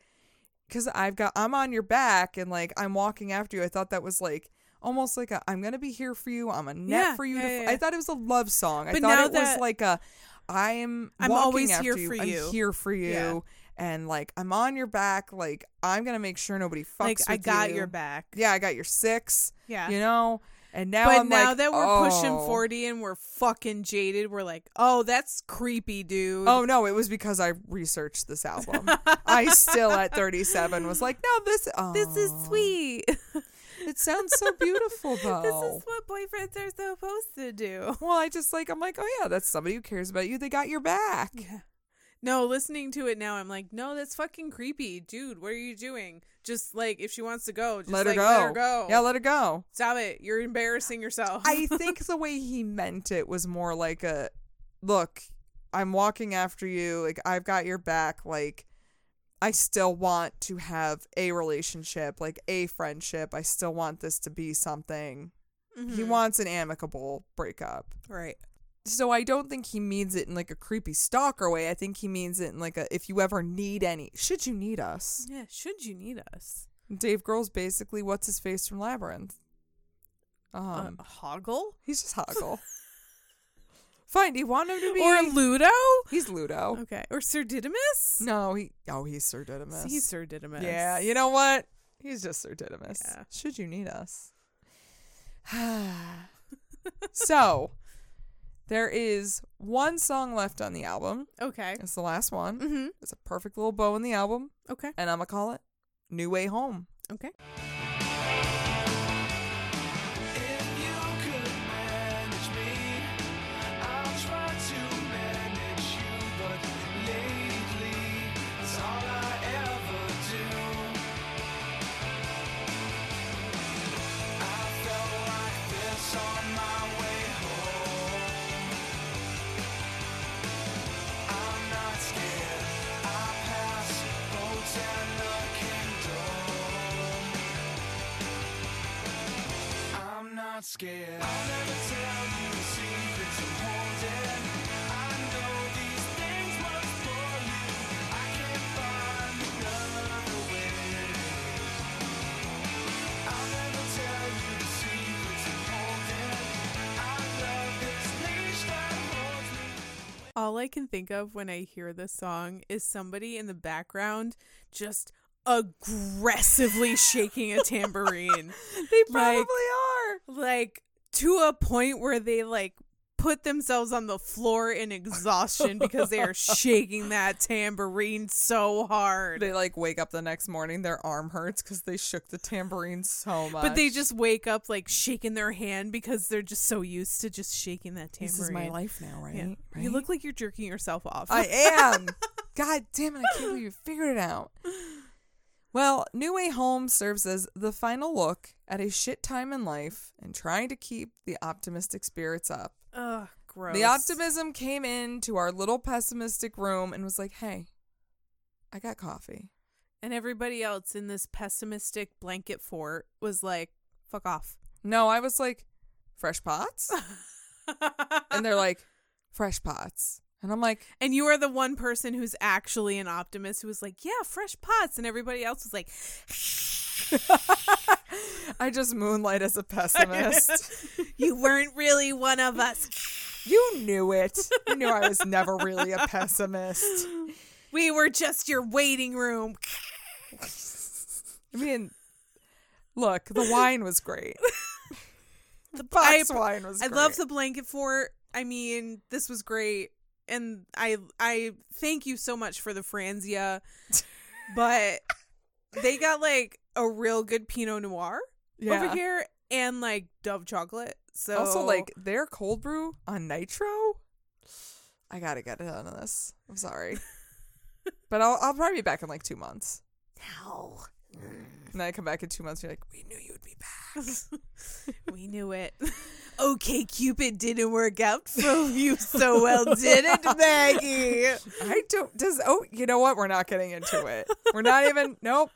cuz I've got I'm on your back and like I'm walking after you. I thought that was like almost like a I'm going to be here for you. I'm a net
Yeah,
for you to
yeah,
f-"
yeah,
I thought it was a love song. I
But
thought
now
it was
that-
like a I'm
I'm
walking
always
after
here
you.
for you.
I'm here for you.
Yeah.
And like I'm on your back like I'm going to make sure nobody fucks
like I
with
got
you.
your back.
Yeah, I got your 6.
Yeah.
You know? And now
but
I'm
now
like,
that we're pushing
"Oh."
40 and we're fucking jaded, we're like, oh, that's creepy, dude.
Oh no, it was because I researched this album. I still at 37 was like, no, this oh,
this is sweet.
It sounds so beautiful though.
this is what boyfriends are supposed to do.
well, I just like I'm like, oh yeah, that's somebody who cares about you. They got your back.
Yeah. No, listening to it now, I'm like, no, that's fucking creepy, dude. What are you doing? Just like, if she wants to go, just
let
like,
her go.
let her go.
Yeah, let her go.
Stop it. You're embarrassing yourself.
I think the way he meant it was more like a look, I'm walking after you, like I've got your back, like I still want to have a relationship, like a friendship. I still want this to be something. He
Mhm.
wants an amicable breakup.
right.
So I don't think he means it in like a creepy stalker way. I think he means it in like a if you ever need any, should you need us.
Yeah. Should you need us?
Dave Grohl's basically what's his face from Labyrinth. Um,
uh, Hoggle?
he's just Hoggle. Fine, do you want him to be?
Or Oh, Ludo?
he's Ludo.
Okay. Or Sir Didymus?
No, he. Oh, he's Sir Didymus.
He's Sir Didymus.
Yeah, you know what? He's just Sir Didymus.
Yeah.
Should you need us? so, there is one song left on the album.
Okay.
It's the last one.
Mm-hmm.
It's a perfect little bow in the album,
Okay.
and I'm gonna call it "New Way Home."
Okay.
If you could manage me, I'll try to manage you, but lately it's all I ever do. I felt like this on my way home. I'm not scared. I pass boats and the kingdom. I'm not scared. I'll never tell you the secrets I'm holding. I know these things must bore you. I can't find another way. I'll never tell you the secrets I'm holding. I love this leash that holds me.
All I can think of when I hear this song is somebody in the background just aggressively shaking a tambourine.
They
Like-
are.
like to a point where they like put themselves on the floor in exhaustion because they are shaking that tambourine so hard.
They like wake up the next morning, their arm hurts because they shook the tambourine so much.
but they just wake up like shaking their hand because they're just so used to just shaking that tambourine.
this is my life now, right?
Yeah.
right?
You look like you're jerking yourself off.
I am. God damn it! I can't believe you figured it out. Well, New Way Home serves as the final look at a shit time in life and trying to keep the optimistic spirits up.
Ugh, gross.
The optimism came into our little pessimistic room and was like, "Hey, I got coffee."
and everybody else in this pessimistic blanket fort was like, "Fuck off."
No, I was like, fresh pots? and they're like, fresh pots. And I'm like,
And you are the one person who's actually an optimist who was like, "Yeah, fresh pots," and everybody else was like,
I just moonlight as a pessimist.
"You weren't really one of us.
you knew it. You knew I was never really a pessimist.
We were just your waiting room."
I mean, look, the wine was great. The
I-
box wine was
I
great.
love the blanket fort. I mean, this was great, and I I thank you so much for the Franzia, but they got like a real good Pinot Noir
yeah.
over here and like Dove chocolate. So
Also, like, their cold brew on nitro. I gotta get it on this. I'm sorry. but I'll, I'll probably be back in like two months. No. And then I come back in two months, you're like, we knew you'd be back.
we knew it. okay, Cupid didn't work out for you so well, did it, Maggie?
I don't. Does oh, you know what? We're not getting into it. We're not even. Nope.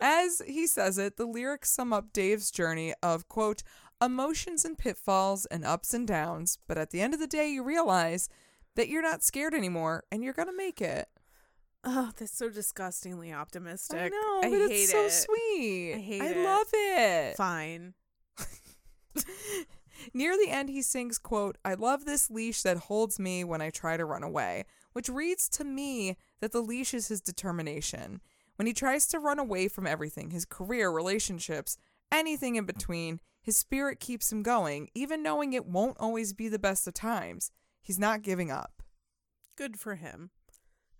As he says it, the lyrics sum up Dave's journey of quote emotions and pitfalls and ups and downs. But at the end of the day, you realize that you're not scared anymore, and you're gonna make it.
Oh, that's so disgustingly optimistic.
I know,
I
but
hate
it's so
it.
sweet.
I hate
I
it.
love it.
Fine.
Near the end, he sings, quote, I love this leash that holds me when I try to run away, which reads to me that the leash is his determination. When he tries to run away from everything, his career, relationships, anything in between. His spirit keeps him going, even knowing it won't always be the best of times. He's not giving up.
Good for him.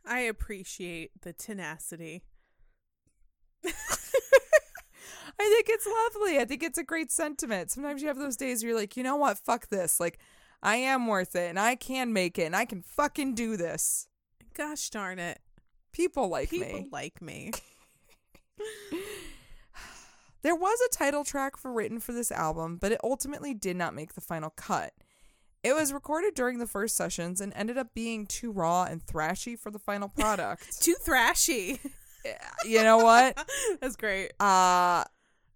I appreciate the tenacity.
I think it's lovely. I think it's a great sentiment. Sometimes you have those days where you're like, you know what? Fuck this. Like, I am worth it and I can make it and I can fucking do this.
Gosh darn it.
People like
People
me.
like me.
There was a title track for written for this album, but it ultimately did not make the final cut. It was recorded during the first sessions and ended up being too raw and thrashy for the final product.
Too thrashy.
you know what?
That's great.
Uh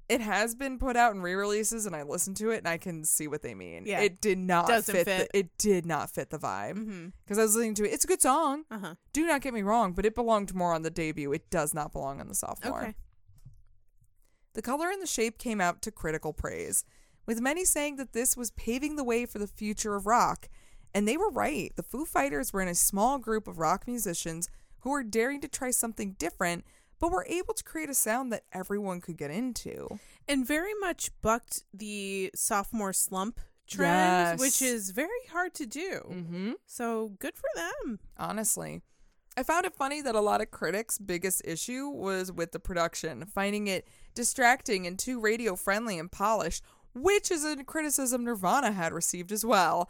it has been put out in re-releases and I listened to it and I can see what they mean.
Yeah.
It did not
Doesn't fit.
The, it did not fit the vibe
Mm-hmm.
because I was listening to it. It's a good song.
Uh huh.
Do not get me wrong, but it belonged more on the debut. It does not belong on the sophomore.
Okay.
The color and the shape came out to critical praise, with many saying that this was paving the way for the future of rock. And they were right. The Foo Fighters were in a small group of rock musicians who were daring to try something different, but were able to create a sound that everyone could get into.
And very much bucked the sophomore slump
Yes.
trend, which is very hard to do.
Mm-hmm.
So good for them.
Honestly. I found it funny that a lot of critics' biggest issue was with the production, finding it distracting and too radio friendly and polished, which is a criticism Nirvana had received as well.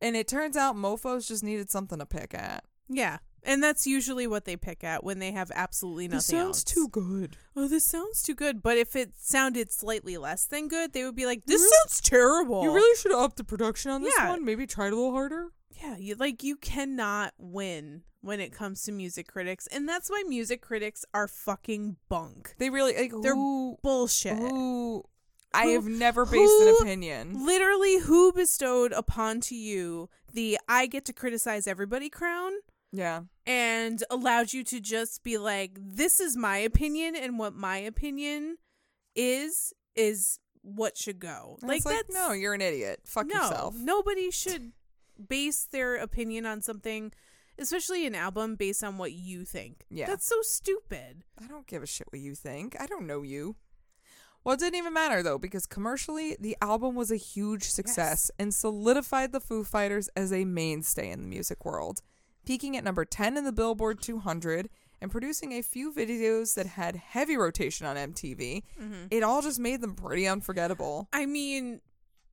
And it turns out mofos just needed something to pick at.
Yeah. And that's usually what they pick at when they have absolutely nothing else.
good.
Oh, this sounds too good. But if it sounded slightly less than good, they would be like, "This
really-
sounds terrible."
You really should up the production on this
Yeah.
one. Maybe try it a little harder.
yeah, you like you cannot win when it comes to music critics, and that's why music critics are fucking bunk.
They really like
They're
who,
bullshit.
who I
Who-
have never based
who
an opinion.
Literally, who bestowed upon to you the "I get to criticize everybody" crown?
Yeah.
and allowed you to just be like, this is my opinion, and what my opinion is, is what should go.
And it's like
that's
no, you're an idiot. Fuck
no,
yourself.
Nobody should base their opinion on something, especially an album, based on what you think.
Yeah.
That's so stupid.
I don't give a shit what you think. I don't know you. Well, it didn't even matter though, because commercially, the album was a huge success and solidified the Foo Fighters as a mainstay in the music world, peaking at number 10 in the Billboard 200 and producing a few videos that had heavy rotation on MTV. It all just made them pretty unforgettable.
I mean,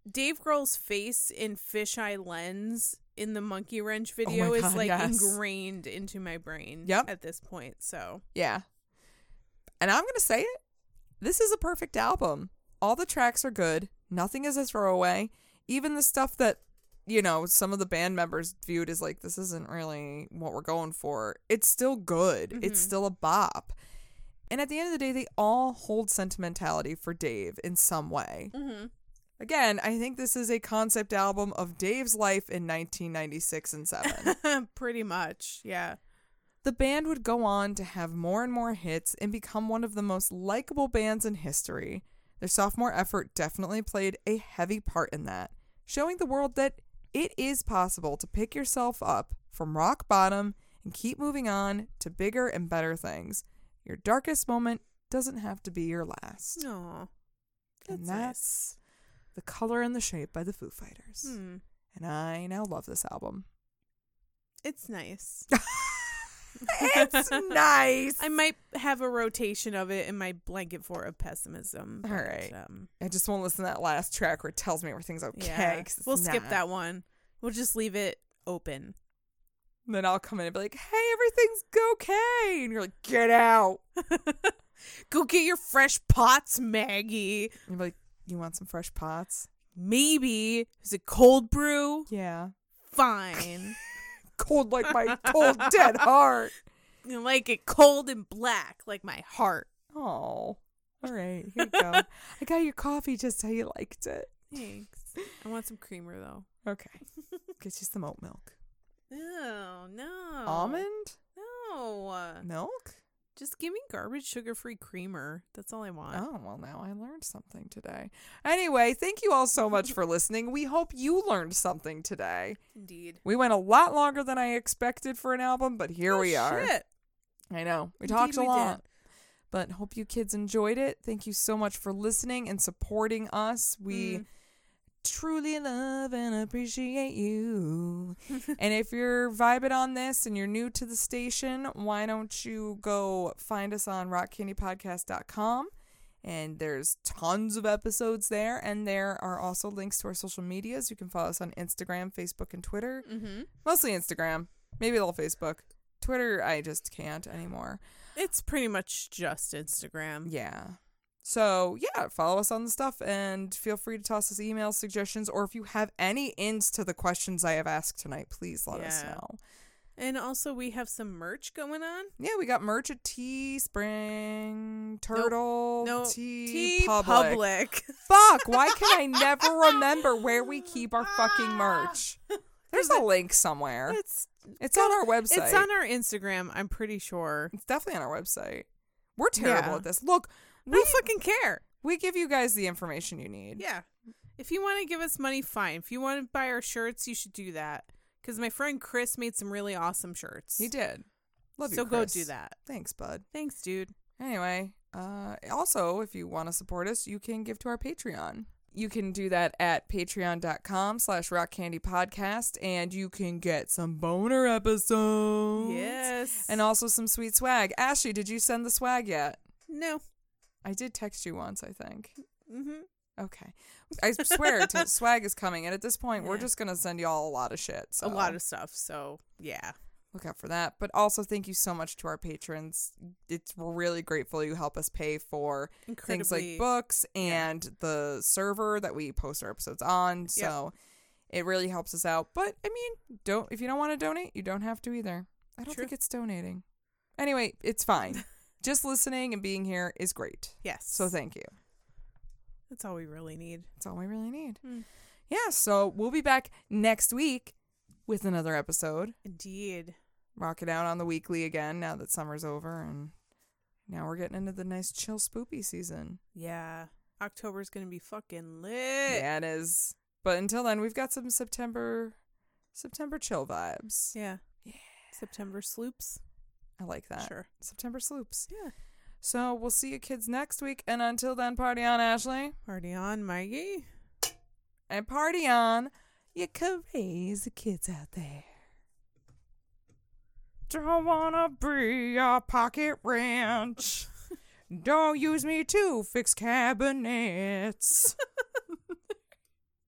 Dave Grohl's face in fisheye lens in the monkey wrench video
Oh my
is
God,
like
yes.
ingrained into my brain
Yep.
at this point. So
Yeah. And I'm going to say it this is a perfect album. All the tracks are good, nothing is a throwaway. Even the stuff that, you know, some of the band members viewed as like, this isn't really what we're going for, it's still good. It's still a bop. And at the end of the day, they all hold sentimentality for Dave in some way.
Mhm.
Again, I think this is a concept album of Dave's life in 1996 and 7.
pretty much, yeah.
The band would go on to have more and more hits and become one of the most likable bands in history. Their sophomore effort definitely played a heavy part in that, showing the world that it is possible to pick yourself up from rock bottom and keep moving on to bigger and better things. Your darkest moment doesn't have to be your last.
No.
and that's The Color and the Shape by the Foo Fighters.
Hmm.
And I now love this album.
It's nice.
It's nice.
I might have a rotation of it in my blanket for of pessimism.
All
but,
right.
Um,
I just won't listen to that last track where it tells me everything's okay.
yeah.
'cause it's
We'll skip
not.
that one. We'll just leave it open.
Then I'll come in and be like, "Hey, everything's okay," and you're like, "Get out!"
Go get your fresh pots, Maggie.
And you're like, "You want some fresh pots?"
Maybe. Is it cold brew?
Yeah,
Fine.
cold like my cold dead heart.
You like it cold and black, like my heart.
Oh, all right, here you go. I got your coffee just how you liked it.
Thanks. I want some creamer though.
Okay, get you some oat milk,
Oh no.
almond
No.
milk.
Just give me garbage sugar free creamer. That's all I want.
Oh, well, now I learned something today. Anyway, thank you all so much for listening. We hope you learned something today.
Indeed. Oh,
We went a lot longer than I expected for an album, but here we are.
Shit.
I know. We
Indeed
talked a
we
lot.
did.
But hope you kids enjoyed it. Thank you so much for listening and supporting us. We
Mm.
truly love and appreciate you. and if you're vibing on this and you're new to the station, why don't you go find us on rockcandypodcast.com? And there's tons of episodes there. And there are also links to our social medias. You can follow us on Instagram, Facebook, and Twitter.
Mm-hmm.
Mostly Instagram, maybe a little Facebook. Twitter, I just can't anymore.
It's pretty much just Instagram.
Yeah. So, yeah, follow us on the stuff and feel free to toss us email suggestions or if you have any ins to the questions I have asked tonight, please let us
Yeah.
know.
And also, we have some merch going on.
Yeah, we got merch at Teespring, Turtle,
No,
Tea,
Tea
Public.
Public.
Fuck, why can I never remember where we keep our fucking merch? There's a link somewhere.
It's
It's on our website.
it's on our Instagram. I'm pretty sure.
It's definitely on our website. We're terrible
Yeah.
at this. Look,
We
we
don't fucking care.
we give you guys the information you need.
Yeah. If you want to give us money, fine. If you want to buy our shirts, you should do that. Because my friend Chris made some really awesome shirts.
He did. Love you.
so go
Chris.
do that.
Thanks, bud.
Thanks, dude.
Anyway, uh, also, if you want to support us, you can give to our Patreon. You can do that at patreon.com slash rockcandypodcast, and you can get some boner episodes.
Yes.
And also some sweet swag. Ashley, did you send the swag yet?
no.
I did text you once, I think.
Mm-hmm.
Okay. I swear, t- swag is coming, and at this point, we're
Yeah.
just going to send y'all a lot of shit. So
A lot of stuff. So yeah.
look out for that. But also, thank you so much to our patrons. It's we're really grateful you help us pay for
Incredibly.
things like books and the server that we post our episodes on. So it really helps us out. But I mean, don't if you don't want to donate, you don't have to either. I don't
True.
think it's donating. Anyway, it's fine. Just listening and being here is great.
Yes.
So thank you.
That's all we really need.
That's all we really need.
Mm.
Yeah, so we'll be back next week with another episode.
Indeed.
Rock it out on the weekly again now that summer's over and now we're getting into the nice chill spoopy season.
Yeah. October's gonna be fucking lit.
Yeah, it is. But until then, we've got some September, September chill vibes.
Yeah. September sloops.
I like that.
Sure.
September sloops.
Yeah.
So we'll see you kids next week, and until then, party on, Ashley,
Party on, Maggie.
and party on, you crazy kids out there. Don't wanna be a pocket wrench. Don't use me to fix cabinets.